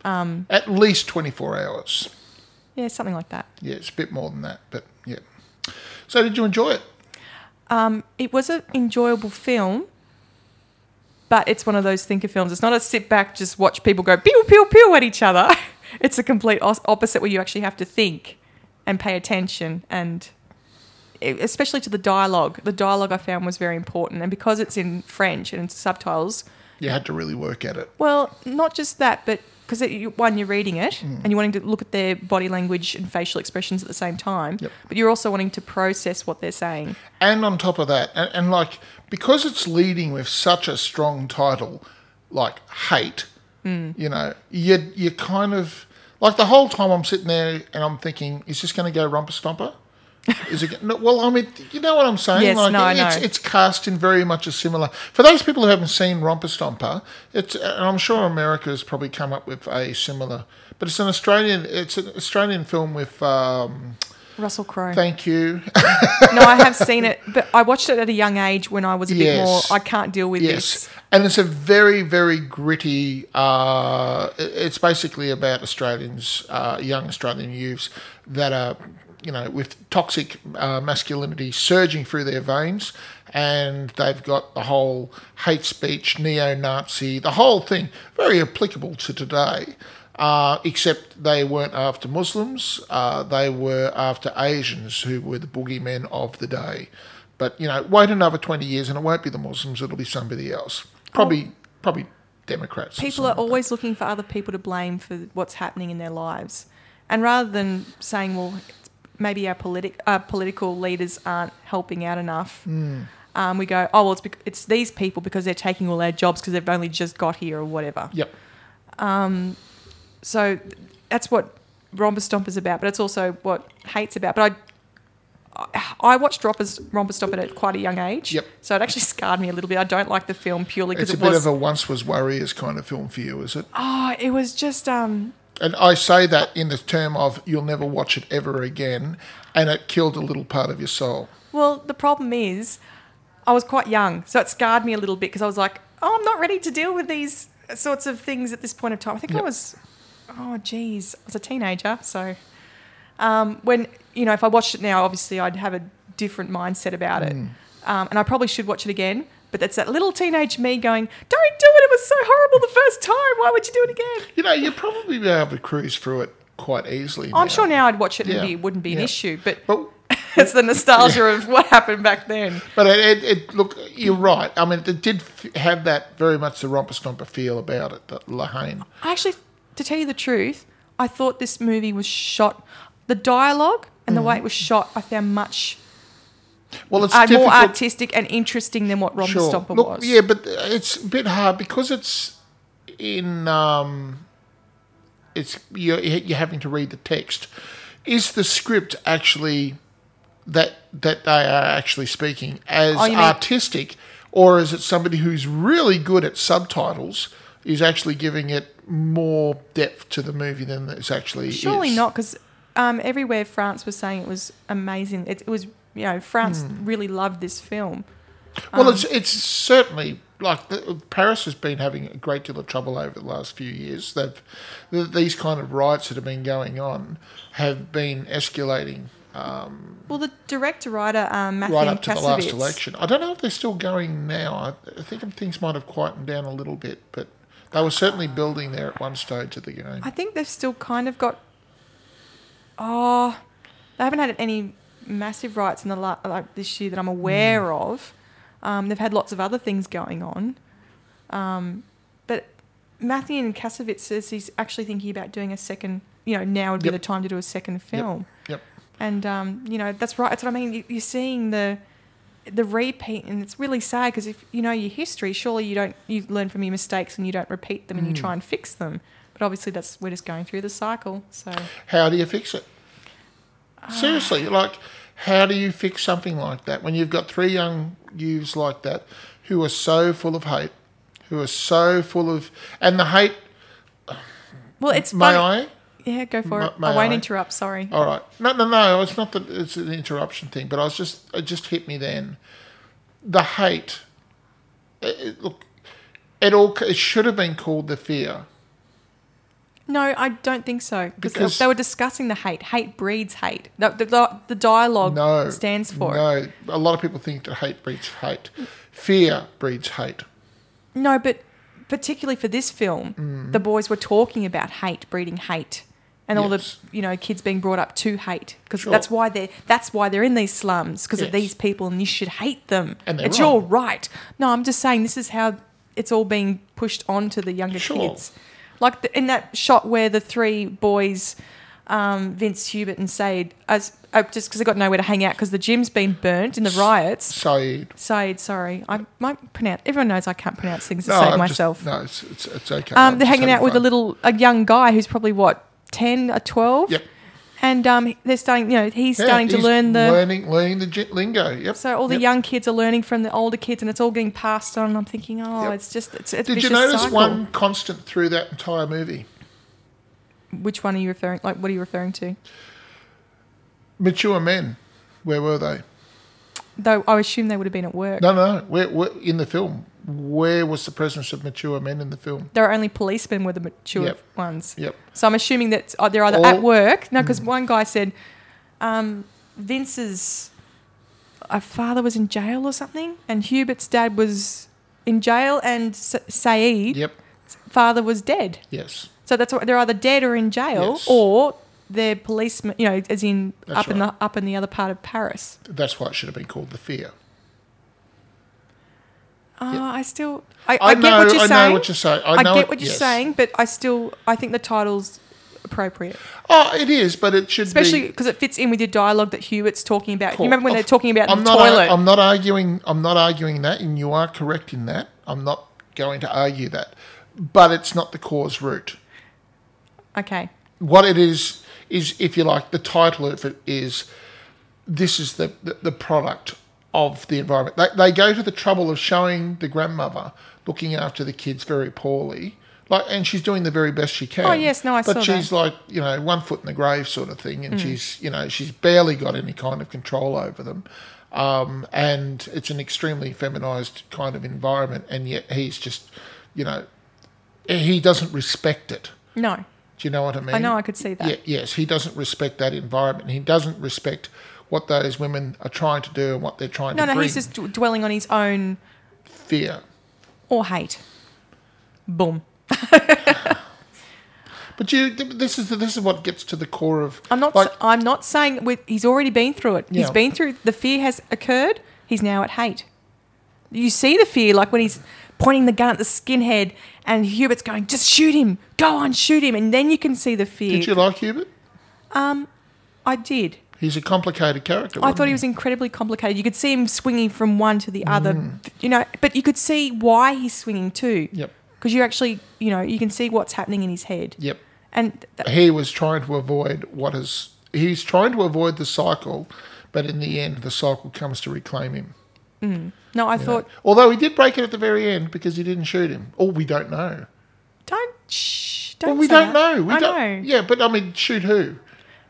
Um, At least 24 hours. Yeah, something like that. Yeah, it's a bit more than that, but yeah. So, did you enjoy it? Um, It was an enjoyable film, but it's one of those thinker films. It's not a sit back just watch people go pew pew pew at each other. It's a complete os- opposite where you actually have to think and pay attention and e, especially to the dialogue. The dialogue I found was very important and because it's in French and it's subtitles, You had to really work at it. Well, not just that, but because you, one, you're reading it Mm. and you're wanting to look at their body language and facial expressions at the same time, Yep. but you're also wanting to process what they're saying. And on top of that, and, and like, because it's leading with such a strong title, like Hate, Mm. you know, you, you kind of, like the whole time I'm sitting there and I'm thinking, is this going to go romper stomper? Is it? go- No, well, I mean, you know what I'm saying. Yes, like, no, I it's, know. it's cast in very much a similar. For those people who haven't seen Romper Stomper, it's and I'm sure America has probably come up with a similar, but it's an Australian. It's an Australian film with. Um, Russell Crowe. thank you. no, I have seen it, but I watched it at a young age when I was a bit more, Yes. I can't deal with Yes, this. and it's a very, very gritty. Uh, it- it's basically about Australians, uh, young Australian youths that are, you know, with toxic uh, masculinity surging through their veins, and they've got the whole hate speech, neo-Nazi, the whole thing, very applicable to today. Uh, except they weren't after Muslims; uh, they were after Asians, who were the boogeymen of the day. But you know, wait another twenty years, and it won't be the Muslims; it'll be somebody else. Probably, probably Democrats. or People are something. always looking for other people to blame for what's happening in their lives. And rather than saying, well, it's- maybe our politi- uh, political leaders aren't helping out enough, Hmm. um, we go, oh, well, it's, bec- it's these people because they're taking all our jobs because they've only just got here or whatever. Yep. So th- that's what Romper Stomp is about, but it's also what hate's about. But I. I- I watched Rompers, Romper Stomp at quite a young age, Yep. so it actually scarred me a little bit. I don't like the film purely because It's it a bit was of a once was warriors kind of film for you, is it? oh, it was just um, And I say that in the term of you'll never watch it ever again, and it killed a little part of your soul. Well, the problem is, I was quite young, so it scarred me a little bit because I was like, oh, I'm not ready to deal with these sorts of things at this point of time. I think I Yep. was, oh, geez, I was a teenager. So um, when, you know, if I watched it now, obviously I'd have a different mindset about Mm. it. Um, and I probably should watch it again. But that's that little teenage me going, don't do it. It was so horrible the first time. Why would you do it again? You know, you'd probably be able to cruise through it quite easily. I'm sure now I'd watch it and Yeah. it wouldn't be an Yeah. issue. But, But it's the nostalgia of what happened back then. But it, it, it look, you're right. I mean, it did f- have that very much the romper stomper feel about it, that Lahane. I actually, to tell you the truth, I thought this movie was shot. The dialogue and the way it was shot, I found much Well, Mm. it's uh, more difficult. artistic and interesting than what Rom Sure. Stomper Look, was. yeah, but uh, it's a bit hard because it's in um, it's you're, you're having to read the text. Is the script actually that that they are actually speaking as Oh, you mean- artistic, or is it somebody who's really good at subtitles is actually giving it more depth to the movie than it's actually Surely is? not, because um, everywhere France was saying it was amazing. It, it was, you know, France Mm. really loved this film. Well, it's it's certainly like the, Paris has been having a great deal of trouble over the last few years. They've th- these kind of riots that have been going on have been escalating Well, the director writer um, Matthew right up to the last Kasovitz- election. I don't know if they're still going now. I, I think things might have quietened down a little bit, but they were certainly building there at one stage of the game. I think they've still kind of got. Oh, they haven't had any massive rights in the la- like this year that Hmm. I'm aware of. Um, they've had lots of other things going on, um, but Matthew and Kasovitz says he's actually thinking about doing a second. You know, now would be Yep. the time to do a second film. Yep. And um, you know, that's right. That's what I mean. You, you're seeing the the repeat, and it's really sad because if you know your history, surely you don't you learn from your mistakes and you don't repeat them and Mm. you try and fix them. But obviously, that's we're just going through the cycle. So How do you fix it? Ah. Seriously, like, how do you fix something like that when you've got three young youths like that who are so full of hate, who are so full of, and the hate, well, it's may funny. I? Yeah, go for Ma- it. may I won't I? Oh. interrupt. Sorry. All right. No, no, no. It's not that it's an interruption thing, but I was just it just hit me then. The hate. It, it- look, it all it should have been called the fear. No, I don't think so. Because Because- they were discussing the hate. Hate breeds hate. The, the, the dialogue No stands for it. no. A lot of people think that hate breeds hate. Fear breeds hate. No, but particularly for this film, the Mm. boys were talking about hate, breeding hate, and all the Yes. you know kids being brought up to hate because Sure. that's why they're that's why they're in these slums because of Yes. these people, and you should hate them. And they're it's wrong. your right. No, I'm just saying this is how it's all being pushed on to the younger Sure. kids. Like the, in that shot where the three boys, um, Vince, Hubert, and Said, as uh, just because they got nowhere to hang out because the gym's been burnt in the riots. So Said, sorry, I might pronounce. Everyone knows I can't pronounce things to no, save I'm myself. Just, no, it's, it's it's okay. Um, I'm they're just hanging having out with a fun. little, a young guy who's probably what ten or twelve. Yep. And um, they're starting. You know, he's Yeah, starting to he's learn the. learning learning the j- lingo. Yep. so all the Yep. young kids are learning from the older kids, and it's all getting passed on. And I'm thinking, oh, Yep. it's just it's it's Did vicious you notice cycle. one constant through that entire movie? Which one are you referring? Like, what are you referring to? Mature men. Where were they? Though I assume they would have been at work. No, no, no. Where, where, in the film, where was the presence of mature men in the film? There are only policemen were the mature Yep. ones. Yep. So I'm assuming that uh, they're either Or- Mm. at work. No, because one guy said um, Vince's uh, father was in jail or something, and Hubert's dad was in jail, and Sa- Saeed's Yep. father was dead. Yes. So that's what they're either dead or in jail, Yes. or they're policemen. You know, as in That's up in the right. up in the other part of Paris. That's why it should have been called The Fear. Uh, I still I, I, I get know- what you're I know saying. what you're saying. I know get it- what you're yes. saying, but I still I think the title's appropriate. Oh, it is, but it should especially be. because it fits in with your dialogue that Hewitt's talking about. Cool. You remember when they're Of- talking about I'm the not, ar- toilet? I'm not arguing. I'm not arguing that, and you are correct in that. I'm not going to argue that, but it's not the cause root. okay, what it is is if you like the title of it is this is the the, the product of the environment they, they go to the trouble of showing the grandmother looking after the kids very poorly like and she's doing the very best she can Oh, yes, no, I but saw that. Mm. she's like you know one foot in the grave sort of thing and she's you know she's barely got any kind of control over them um, and it's an extremely feminized kind of environment and yet he's just you know he doesn't respect it no, do you know what I mean? I know I could see that. Ye- yes, he doesn't respect that environment. He doesn't respect what those women are trying to do and what they're trying no, to no, bring. he's just d- dwelling on his own fear. or hate. Boom. But you, th- this is this is what gets to the core of. I'm not. like, s- I'm not saying with, he's already been through it. He's Yeah. been through the fear has occurred. He's now at hate. You see the fear, like when he's pointing the gun at the skinhead, and Hubert's going, "Just shoot him! Go on, shoot him!" And then you can see the fear. did you like Hubert? I did. He's a complicated character. I wasn't thought he was incredibly complicated. You could see him swinging from one to the other, you know, but you could see why he's swinging too. Mm. Yep. because you actually, you know, you can see what's happening in his head. Yep. And th- He was trying to avoid what is. He's trying to avoid the cycle, but in the end, the cycle comes to reclaim him. no, I thought, Although he did break it at the very end because he didn't shoot him. Oh, we don't know. don't, shh, don't. Well, we say don't that. know. We I don't. know. Yeah, but I mean, shoot who?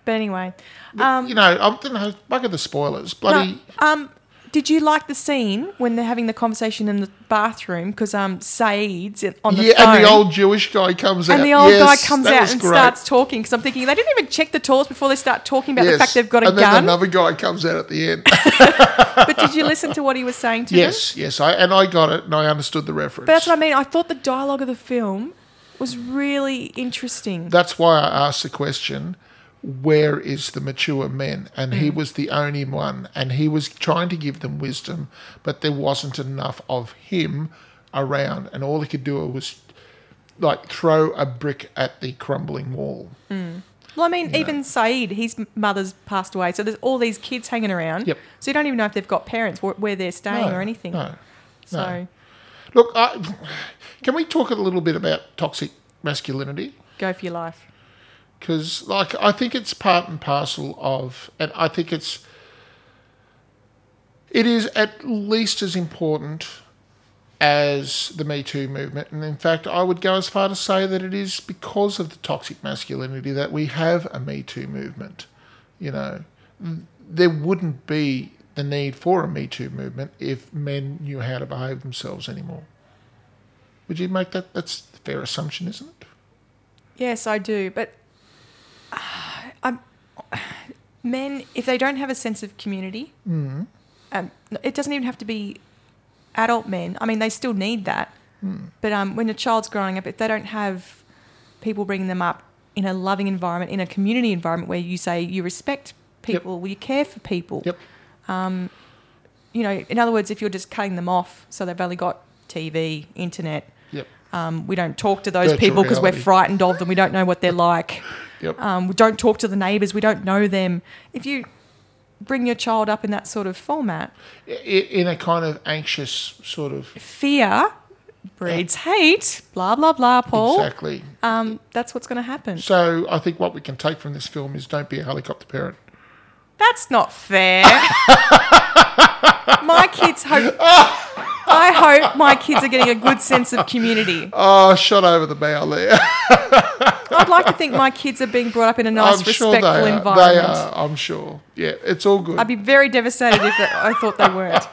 But anyway, you know, I don't know. Bugger the spoilers. Bloody. No, um, did you like the scene when they're having the conversation in the bathroom? Because um, Saeed's in- on the yeah, phone. and the old Jewish guy comes out. and the old Yes, guy comes that out was and great. starts talking because I'm thinking they didn't even check the toilets before they start talking about the Yes. fact they've got a and then gun. another guy comes out at the end. but did you listen to what he was saying to them? yes, yes. I and I got it, and I understood the reference. But that's what I mean. I thought the dialogue of the film was really interesting. That's why I asked the question, where is the mature men? And Mm. he was the only one. And he was trying to give them wisdom, but there wasn't enough of him around. And all he could do was like throw a brick at the crumbling wall. well, I mean, even Saeed, his mother's passed away, so there's all these kids hanging around. Yep. So you don't even know if they've got parents, wh- where they're staying, No, or anything. No. so Look, I, can we talk a little bit about toxic masculinity? go for your life. because like I think it's part and parcel of, and I think it's it is at least as important as the Me Too movement, and in fact, I would go as far to say that it is because of the toxic masculinity that we have a Me Too movement. You know, there wouldn't be the need for a Me Too movement if men knew how to behave themselves anymore. Would you make that? That's a fair assumption, isn't it? Yes, I do. But uh, I'm, men, if they don't have a sense of community, Mm-hmm. um, it doesn't even have to be adult men. I mean, they still need that. Mm. But um, when a child's growing up, if they don't have people bringing them up in a loving environment, in a community environment where you say you respect people, you care for people, Yep. you know, in other words, if you're just cutting them off, so they've only got TV, internet, Yep. um, we don't talk to those Virtual people because we're reality. frightened of them. We don't know what they're like. Yep. Um, we don't talk to the neighbours. We don't know them. If you bring your child up in that sort of format, i- in a kind of anxious sort of fear breeds hate. Blah blah blah. Paul. exactly. Um, that's what's going to happen. So I think what we can take from this film is don't be a helicopter parent. That's not fair. my kids hope. I hope my kids are getting a good sense of community. Oh, shot over the bow there. I'd like to think my kids are being brought up in a nice, I'm sure respectful they are. They environment. are. I'm sure. Yeah, it's all good. I'd be very devastated if I thought they weren't.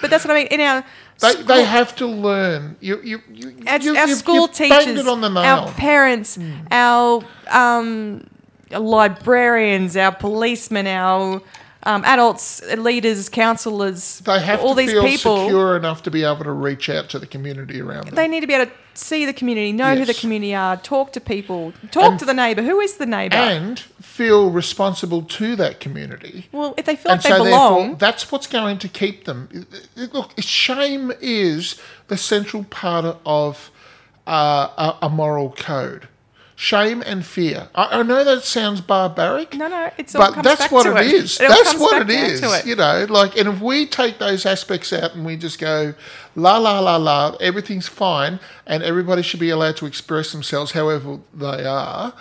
But that's what I mean. In our they, they have to learn. You, you, you, at you, our you- school you banged teachers, it on the nail. Hmm. our parents, our um, librarians, our policemen, our um, adults, leaders, counsellors, they have all to these feel people. secure enough to be able to reach out to the community around them. They need to be able to see the community, know who the Yes. community are, talk to people, talk And- to the neighbour. Who is the neighbour? and feel responsible to that community. well, if they feel like they therefore, belong, that's what's going to keep them. It- it- Look, shame is the central part of uh, a, a moral code. Shame and fear. I, I know that sounds barbaric. no, no, it's all But comes that's back what to it is. It all that's comes what back it down is. to it. You know, like, and if we take those aspects out and we just go, la la la la, everything's fine, and everybody should be allowed to express themselves however they are.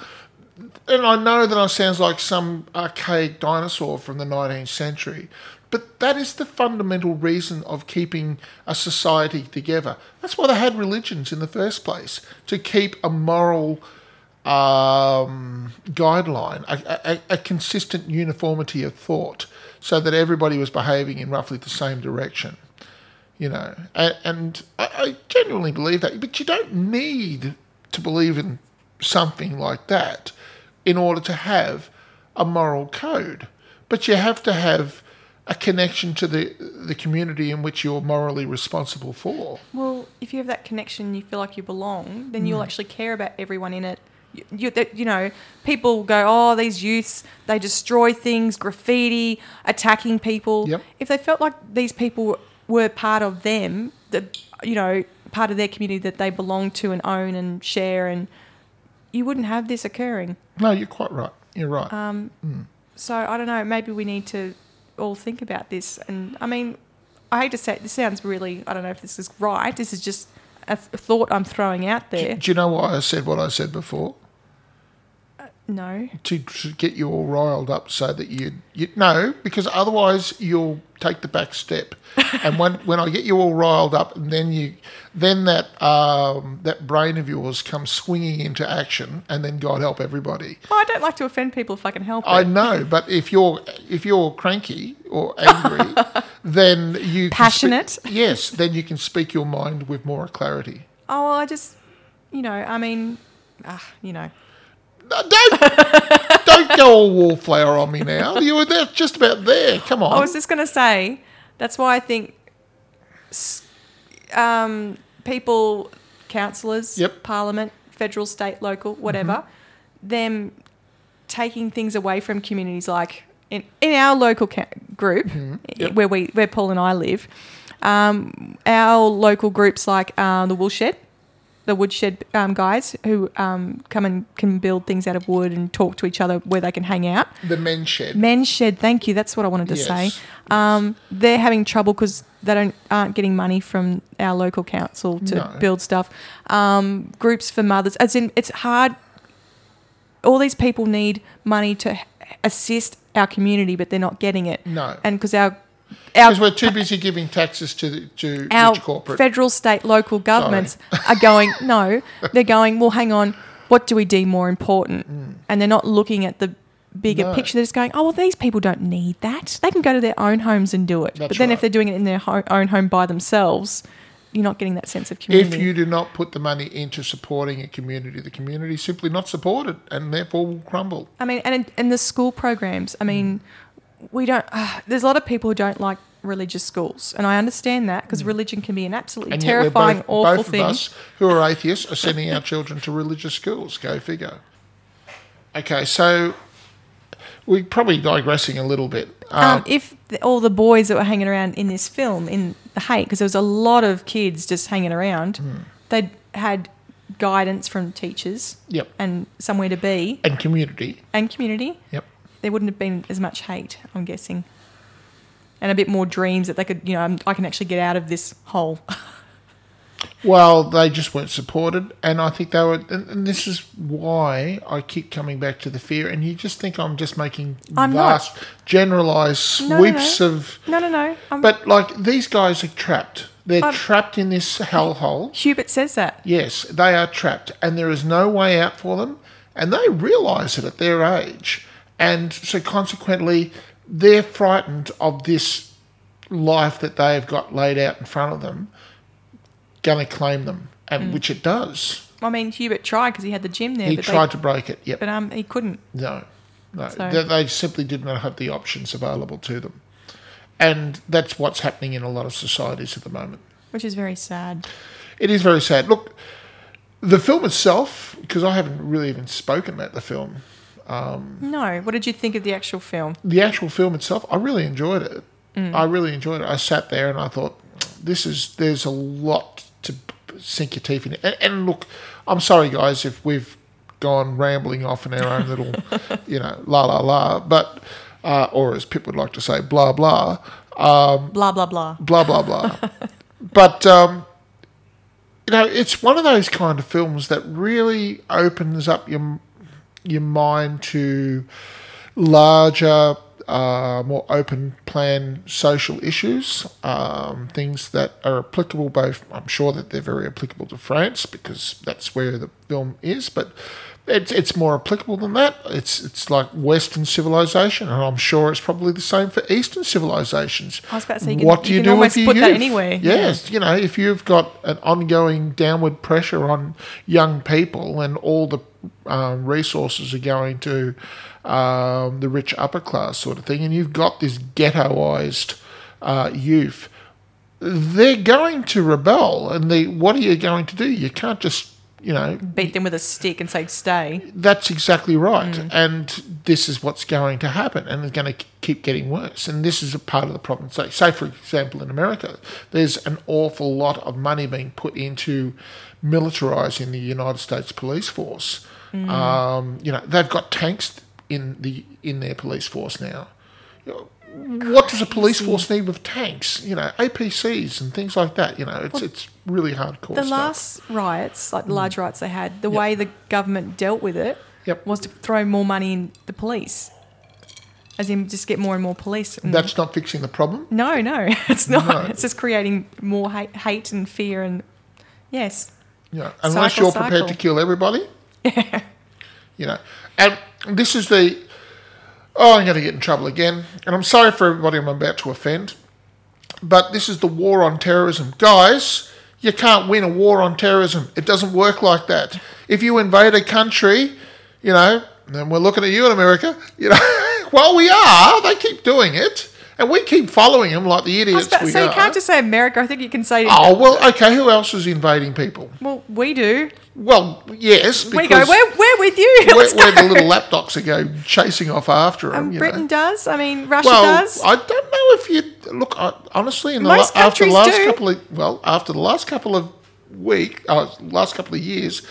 And I know that I sounds like some archaic dinosaur from the 19th century, but that is the fundamental reason of keeping a society together. That's why they had religions in the first place to keep a moral um, guideline, a, a, a consistent uniformity of thought, so that everybody was behaving in roughly the same direction. You know, and, and I, I genuinely believe that, but you don't need to believe in something like that in order to have a moral code. But you have to have a connection to the the community in which you're morally responsible for. Well, if you have that connection, you feel like you belong, then you'll actually care about everyone in it. You, you, that, you know, people go, oh, these youths, they destroy things, graffiti, attacking people. Yep. If they felt like these people were part of them, the, you know, part of their community that they belong to and own and share, and you wouldn't have this occurring. No, you're quite right. You're right. So I don't know. Maybe we need to all think about this. And I mean, I hate to say it, this sounds really. I don't know if this is right. This is just a th- thought I'm throwing out there. Do you know why I said what I said before? No. To, to get you all riled up so that you, you no, because otherwise you'll take the back step. and when when I get you all riled up, and then you, then that um, that brain of yours comes swinging into action, and then God help everybody. Well, Oh, I don't like to offend people if I can help it. I know, but if you're if you're cranky or angry, then you can speak- Passionate? yes, then you can speak your mind with more clarity. Oh, well, I just, you know, I mean, ah, you know. No, don't don't go all wallflower on me now. You were there, just about there. Come on. I was just going to say that's why I think s- um, people, councillors, Yep. Mm-hmm. parliament, federal, state, local, whatever, them taking things away from communities like in, in our local ca- group Mm-hmm. Yep. where we where Paul and I live, um, our local groups like uh, the Woolshed. The woodshed um, guys who um, come and can build things out of wood and talk to each other where they can hang out. the men shed. Men's Shed, thank you. That's what I wanted to Yes, say. yes. Um, they're having trouble because they don't aren't getting money from our local council to No. build stuff. Um, groups for mothers, as in, it's hard. All these people need money to h- assist our community, but they're not getting it. No. and because our our because we're too busy giving taxes to the, to our each corporate. federal, state, local governments are going, no, they're going, well, hang on, what do we deem more important? And they're not looking at the bigger Hmm. No. picture. They're just going, oh, well, these people don't need that. They can go to their own homes and do it. That's but then right. if they're doing it in their ho- own home by themselves, you're not getting that sense of community. if you do not put the money into supporting a community, the community is simply not supported and therefore will crumble. I mean, and and the school programs. I mean, Hmm. we don't. Uh, there's a lot of people who don't like religious schools, and I understand that because religion can be an absolutely Hmm. And terrifying, yet we're both, awful both thing. of us who are atheists are sending our children to religious schools. Go figure. Okay, so we're probably digressing a little bit. Um, um, if the, all the boys that were hanging around in this film in the hate because there was a lot of kids just hanging around Hmm. they had guidance from teachers Yep. and somewhere to be and community. and community Yep. there wouldn't have been as much hate i'm guessing and a bit more dreams that they could you know I'm, i can actually get out of this hole Well, they just weren't supported, and I think they were. And, and this is why I keep coming back to the fear. And you just think I'm just making I'm not. vast, generalized No, no, no. sweeps of. no no no I'm, But like these guys are trapped. They're I'm- trapped in this hellhole. hubert says that Yes, they are trapped, and there is no way out for them. And they realise it at their age, and so consequently, they're frightened of this life that they have got laid out in front of them, going to claim them, and which it does. i mean hubert tried because he had the gym there he Mm. but, tried they, to break it. Yep. but um, he couldn't No, no. So- They, they simply did not have the options available to them, and that's what's happening in a lot of societies at the moment. which is very sad It is very sad. Look, the film itself, because I haven't really even spoken about the film. no what did you think of the actual film The actual film itself, I really enjoyed it. I really enjoyed it. I sat there and I thought, this is there's a lot to sink your teeth in. And, and look, I'm sorry guys if we've gone rambling off in our own little, you know, la la la. But uh, or as Pip would like to say, blah blah, blah blah blah blah blah blah. but um, you know, it's one of those kind of films that really opens up your your mind to larger, uh, more open plan social issues, um, things that are applicable both. I'm sure that they're very applicable to France because that's where the film is, but. It's, it's more applicable than that. It's it's like Western civilization, and I'm sure it's probably the same for Eastern civilizations. I was about to say, you can- what do you you, can do almost with your put that youth? anywhere, yeah. Yes, you know, if you've got an ongoing downward pressure on young people and all the um, resources are going to um, the rich upper class sort of thing, and you've got this ghettoized uh, youth, they're going to rebel. And the, what are you going to do? You can't just, you know, beat them with a stick and say stay that's exactly right. Mm. And this is what's going to happen, and it's going to keep getting worse. And this is a part of the problem. So, say, for example, in America, there's an awful lot of money being put into militarizing the United States police force. Mm. Um, you know, they've got tanks in the in their police force now. what does a police force need with tanks? You know, APCs and things like that. You know, it's it's really hardcore. The stuff. last riots, Mm. like the large riots they had, the way the government dealt with it Yep. was to throw more money in the police. As in, just get more and more police. And That's not fixing the problem. no, no, it's not. No. It's just creating more hate, hate and fear. And yes, You know, unless Cycle, you're prepared cycle. to kill everybody. you know, and this is the. Oh, I'm going to get in trouble again, and I'm sorry for everybody I'm about to offend, but this is the war on terrorism, guys. You can't win a war on terrorism. It doesn't work like that. If you invade a country, you know, then we're looking at you in America. You know, well, we are. They keep doing it, and we keep following them like the I was idiots about to we say, are. you can't just say America. I think you can say, oh well, okay. Who else is invading people? well, we do. Well, yes, We go, because we're, we're with you. where, Let's where go. the little lapdogs that go chasing off after them. And you Britain know. does. I mean, Russia Well, does. I don't know if you look I, honestly. In the Most la- after the countries last do. couple of well, after the last couple of week, uh, last couple of years,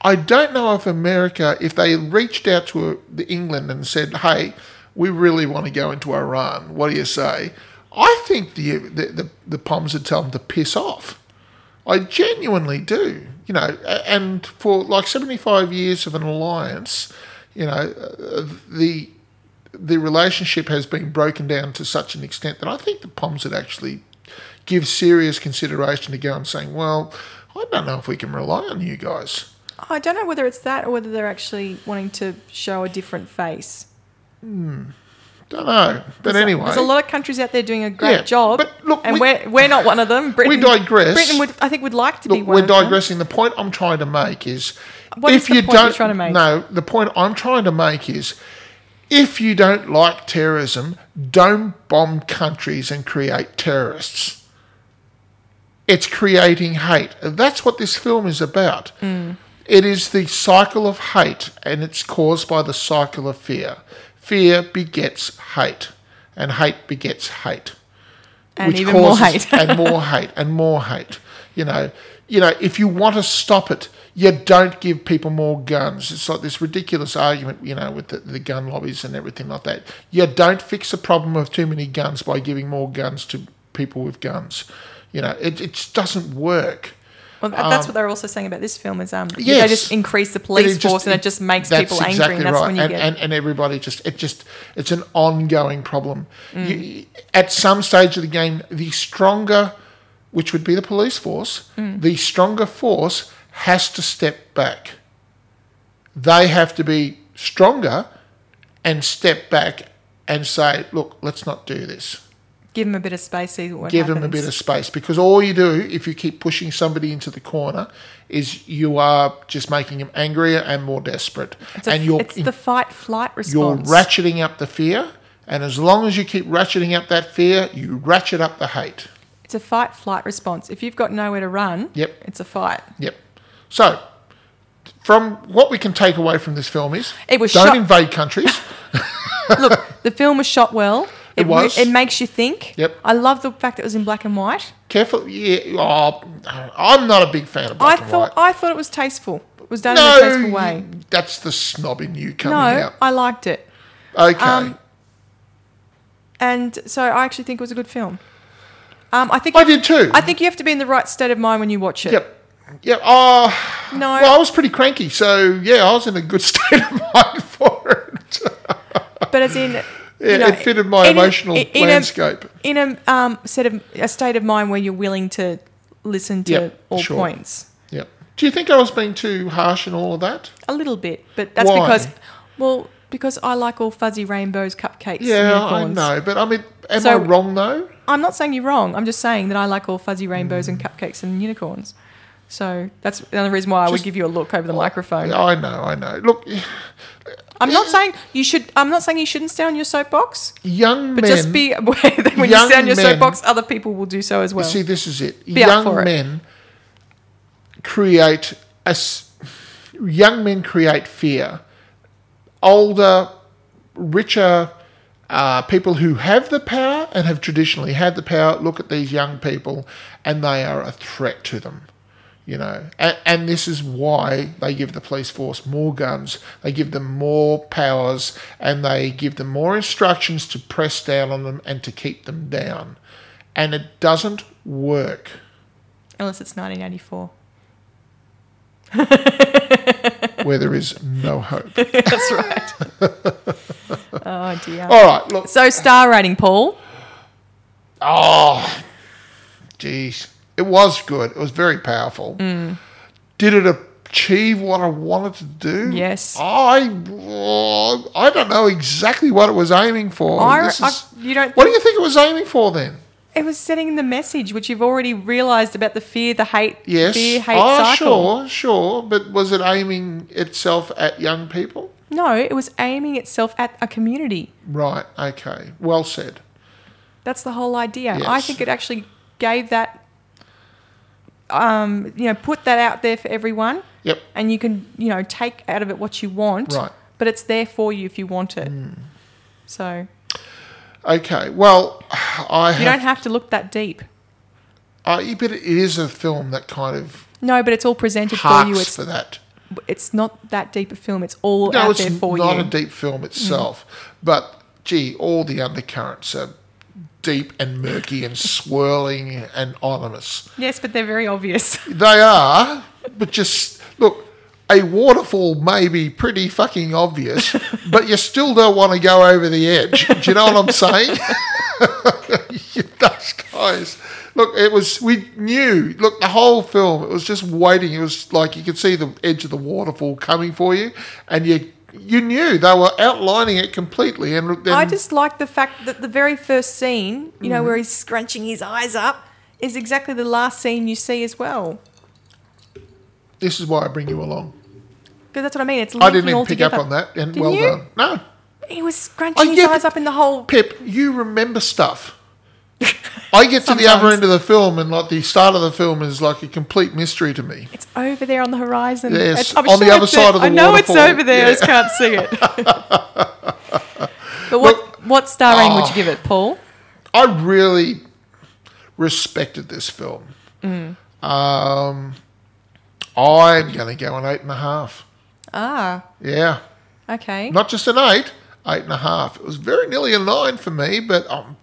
I don't know if America, if they reached out to uh, the England and said, "Hey, we really want to go into Iran. What do you say?" I think the the the, the Poms would tell them to piss off. I genuinely do. You know, a- and for like 75 years of an alliance, you know, uh, the the relationship has been broken down to such an extent that I think the Poms would actually give serious consideration to go and saying, well, I don't know if we can rely on you guys. I don't know whether it's that or whether they're actually wanting to show a different face. Don't know. But anyway, There's a lot of countries out there doing a great Yeah, job, but look, and we- we, are we're not one of them. Britain, digress. Britain would, I think, would like to be look, one. we're of them. digressing. The point I'm trying to make is, What if is the you point you're don't, trying to make? no, the point I'm trying to make is, if you don't like terrorism, don't bomb countries and create terrorists. it's creating hate. That's what this film is about. Mm. It is the cycle of hate, and it's caused by the cycle of fear. Fear begets hate, and hate begets hate, And even more hate. and more hate, and more hate. You know, you know, if you want to stop it, you don't give people more guns. It's like this ridiculous argument, you know, with the, the gun lobbies and everything like that. You don't fix the problem of too many guns by giving more guns to people with guns. You know, it, it just doesn't work. Well, that- that's what they're also saying about this film is um, they um, Yes. just increase the But it police just- force, and it just makes that's people angry, exactly and that's right. when you and, get. and, and everybody just it just it's an ongoing problem. You, at some stage of the game, the stronger, which would be the police force, Mm. the stronger force has to step back. They have to be stronger and step back and say, "Look, let's not do this." give them a bit of space. See what give them a bit of space because all you do if you keep pushing somebody into the corner is you are just making them angrier and more desperate and you're it's the fight flight you're response. ratcheting up the fear and as long as you keep ratcheting up that fear you ratchet up the hate it's a fight flight response. If you've got nowhere to run, Yep. it's a fight. yep so from what we can take away from this film is It was don't shot- invade countries Look, the film was shot well. It, re- was. it makes you think. Yep. I love the fact that it was in black and white. careful yeah oh, i'm not a big fan of black I and thought white I thought it was tasteful. It was done in a no tasteful way. you- that's the snob in you No, coming out I liked it. okay um, And so I actually think it was a good film. Um, I think i did too I think you have to be in the right state of mind when you watch it. Yep. Yep. Oh, No. well, I was pretty cranky, so yeah, I was in a good state of mind for it. But as in, Yeah, you know, it fitted my in a- emotional in a- landscape. In a um, set of a state of mind where you're willing to listen to Yep, all sure. points. yep. Do you think I was being too harsh and all of that? A little bit, but that's Why? because, well, because I like all fuzzy rainbows, cupcakes, Yeah, I unicorns. know, but I mean, am So- I wrong though? I'm not saying you're wrong. I'm just saying that I like all fuzzy rainbows Mm. and cupcakes and unicorns. So that's another reason why I would Just- give you a look over the microphone. I know, I know. Look, I'm not saying you should. I'm not saying you shouldn't stay on your soapbox, young but men. just be aware that when you young stay on your men- soapbox, other people will do so as well. See, this is it. up young for it. men create a s- young men create fear. Older, richer uh, people who have the power and have traditionally had the power look at these young people, and they are a threat to them. You know, and, and this is why they give the police force more guns, they give them more powers, and they give them more instructions to press down on them and to keep them down. And it doesn't work. Unless it's 1984. where there is no hope. That's right. oh, dear. All right, look. So, star rating, Paul. Oh, jeez. It was good. It was very powerful. Mm. Did it achieve what I wanted to do? Yes. I oh, I don't know exactly what it was aiming for. I- This I- is- you don't What do you think it was aiming for then? It was setting the message, which you've already realised about the fear, the hate, Yes. fear, hate oh, cycle. sure, sure. But was it aiming itself at young people? No, it was aiming itself at a community. Right. Okay. Well said. That's the whole idea. I Yes. think it actually gave that, um, you know, put that out there for everyone, Yep. and you can, you know, take out of it what you want. Right. Hmm. But it's there for you if you want it. So Okay. Well, I you have, don't have to look that deep. I, but it is a film that kind of No, but it's all presented for you. harks It's for that. it's not that deep a film. It's all No, out it's there for not you. Mm. a deep film itself, but gee, all the undercurrents are deep and murky and swirling and ominous. yes, but they're very obvious. They are, but just look. A waterfall may be pretty fucking obvious, but you still don't want to go over the edge. Do you know what I'm saying? You Those guys. Look, it was, we knew, look, the whole film, it was just waiting. It was like you could see the edge of the waterfall coming for you, and you you knew they were outlining it completely. And then, I just like the fact that the very first scene, you Hmm. know, where he's scrunching his eyes up, is exactly the last scene you see as well. this is why I bring you along. Because that's what I mean. It's I linking didn't even all pick together. up on that, and Didn't well you? done. No, He was scrunching Oh, his yeah, eyes but- up in the whole. Pip, you remember stuff. I get to the other Sometimes. end of the film, and like the start of the film is like a complete mystery to me. It's over there on the horizon. Yes, It's- I'm on the other it's side there. of the I know it's waterfall. over there. I just can't see it. but what what star rating Ah. would you give it, Paul? I really respected this film. Mm. Um, I'm going to go an eight and a half. Ah, Yeah, okay. not just an eight, eight and a half. It was very nearly a nine for me, but um,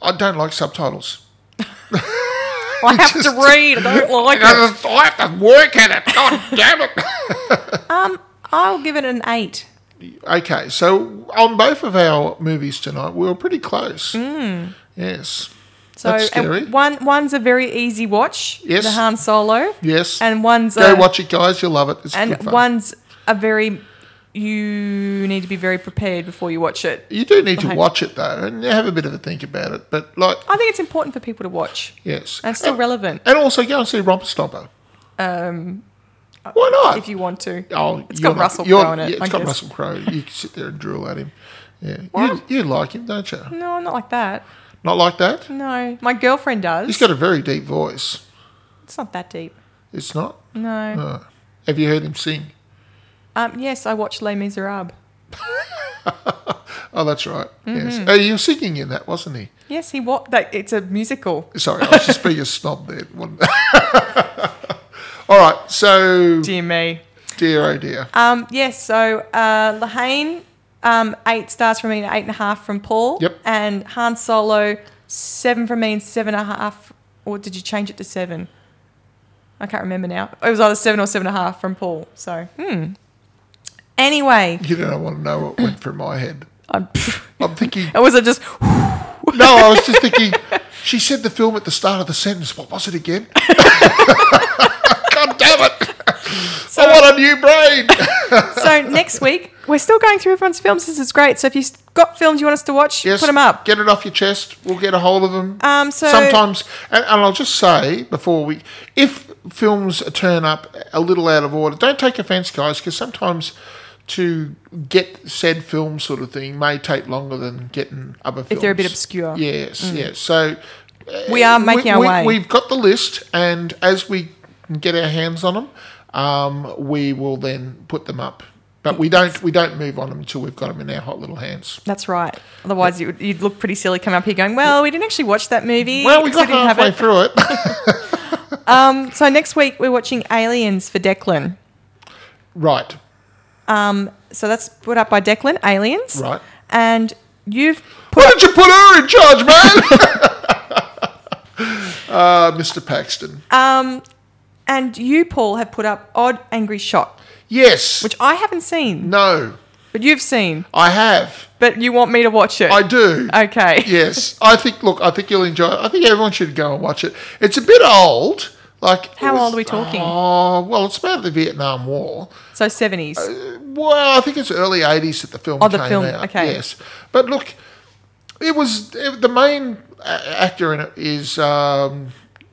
I don't like subtitles. I have to read. I don't like I it. just- I have to work at it. God damn it. Um, I'll give it an eight. Okay, so on both of our movies tonight, we were pretty close. Yes. Hmm. So That's and scary. one one's a very easy watch. Yes. The Han Solo. Yes. And one's Go a, watch it, guys. You'll love it. It's and good fun. one's a very you need to be very prepared before you watch it. You do need to Right. watch it though, and have a bit of a think about it. But like, I think it's important for people to watch. yes, And it's still relevant And also go and see Romper Stomper. Um, Why not? if you want to. oh, it's you're got not- Russell you're- Crowe in it. Yeah, I it's got guess. Russell Crowe. You can sit there and drool at him. Yeah, you, What? you like him, don't you? No, not like that. Not like that. No, my girlfriend does. He's got a very deep voice. it's not that deep. It's not. No. Oh. Have you heard him sing? Um, yes, I watched Les Miserables. Oh, that's right. Yes. Oh, you were singing in that, wasn't he? Yes, he what? That it's a musical. Sorry, I was just being a snob there. wasn't I? All right. So, Dear me. dear, oh dear. Um, yes, so uh, Lahane, um, eight stars from me, and eight and a half from Paul. Yep. And Han Solo, seven from me, and seven and a half. Or did you change it to seven? I can't remember now. It was either seven or seven and a half from Paul. So, hmm. Anyway, You don't want to know what went through my head. I'm, I'm thinking. it was a just. Oh, No, I was just thinking. She said the film at the start of the sentence. What was it again? God damn it! So, I want a new brain. so next week, we're still going through everyone's films. This is great. So if you've got films you want us to watch, Yes, put them up. Get it off your chest. We'll get a hold of them. Um, so- sometimes, and, and I'll just say before we, if films turn up a little out of order, don't take offence, guys, because sometimes to get said film sort of thing may take longer than getting other films. If they're a bit obscure. Mm. Yes, yes. So uh, We are making we, our we- way. We've got the list, and as we can get our hands on them, um, we will then put them up. But we don't we don't move on them until we've got them in our hot little hands. That's right. Otherwise, you, would- you'd look pretty silly coming up here going, "Well, we didn't actually watch that movie. Well, we 'cause got halfway it." through it. Um, so next week we're watching Aliens for Declan. Right. So that's put up by Declan, Aliens. Right. And you've Why did you put her in charge, man? uh, Mr. Paxton. and you, Paul, have put up Odd Angry Shot, yes. which I haven't seen, no, but you've seen. I have. But you want me to watch it? I do. Okay. yes. I think, look, I think you'll enjoy it. I think everyone should go and watch it. It's a bit old. Like it How was- old are we talking? Oh, well, it's about the Vietnam War. So seventies. Well, I think it's early '80s that the film. Oh, the came film, Out. okay. Yes, but look, it was it, the main a- actor in it is um,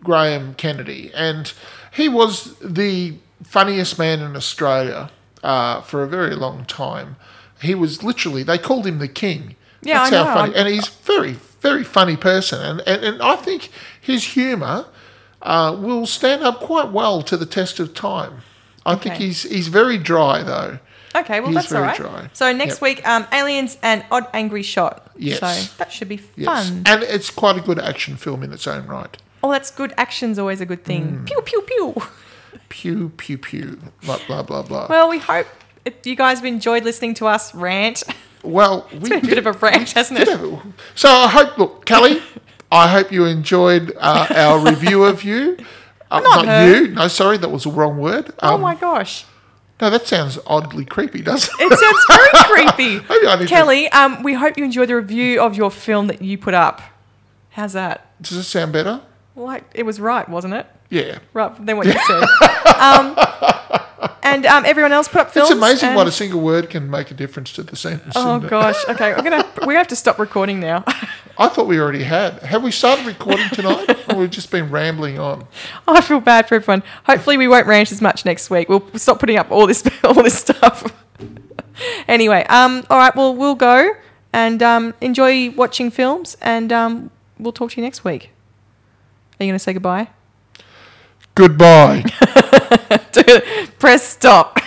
Graham Kennedy, and he was the funniest man in Australia uh, for a very long time. He was literally they called him the king. Yeah, That's I how know. funny, I'm- and he's very very funny person, and and, and I think his humour uh, will stand up quite well to the test of time. I think Okay. he's he's very dry though. Okay, well He's that's all very right. dry. So next Yep. week, um, Aliens and Odd Angry Shot. Yes. So that should be fun. Yes. And it's quite a good action film in its own right. Oh, that's good. Action's always a good Mm. thing. Pew pew pew. Pew, pew, pew. Blah, blah, blah, blah. Well, Well, we hope it- you guys have enjoyed listening to us rant. we been a bit of a rant, hasn't did it? have a- So I hope, look, Kelly, I hope you enjoyed uh, our review of you. Uh, Not her. you. No, sorry, that was the wrong word. oh Um, my gosh, No, that sounds oddly creepy, doesn't it? it sounds very creepy. Maybe I need to- Kelly, um, we hope you enjoy the review of your film that you put up. How's that? Does it sound better? Like it was right, wasn't it? Yeah. Right from then what you said. um, and um, everyone else put up films. It's amazing and- what a single word can make a difference to the sentence. Oh isn't it? gosh. Okay, we're gonna we have to stop recording now. I thought we already had. Have we started recording tonight? or we've just been rambling on? I feel bad for everyone. Hopefully, we won't rant as much next week. We'll stop putting up all this all this stuff. anyway, um, all right. Well, we'll go and um, enjoy watching films, and um, we'll talk to you next week. Are you going to say goodbye? Goodbye. Press stop.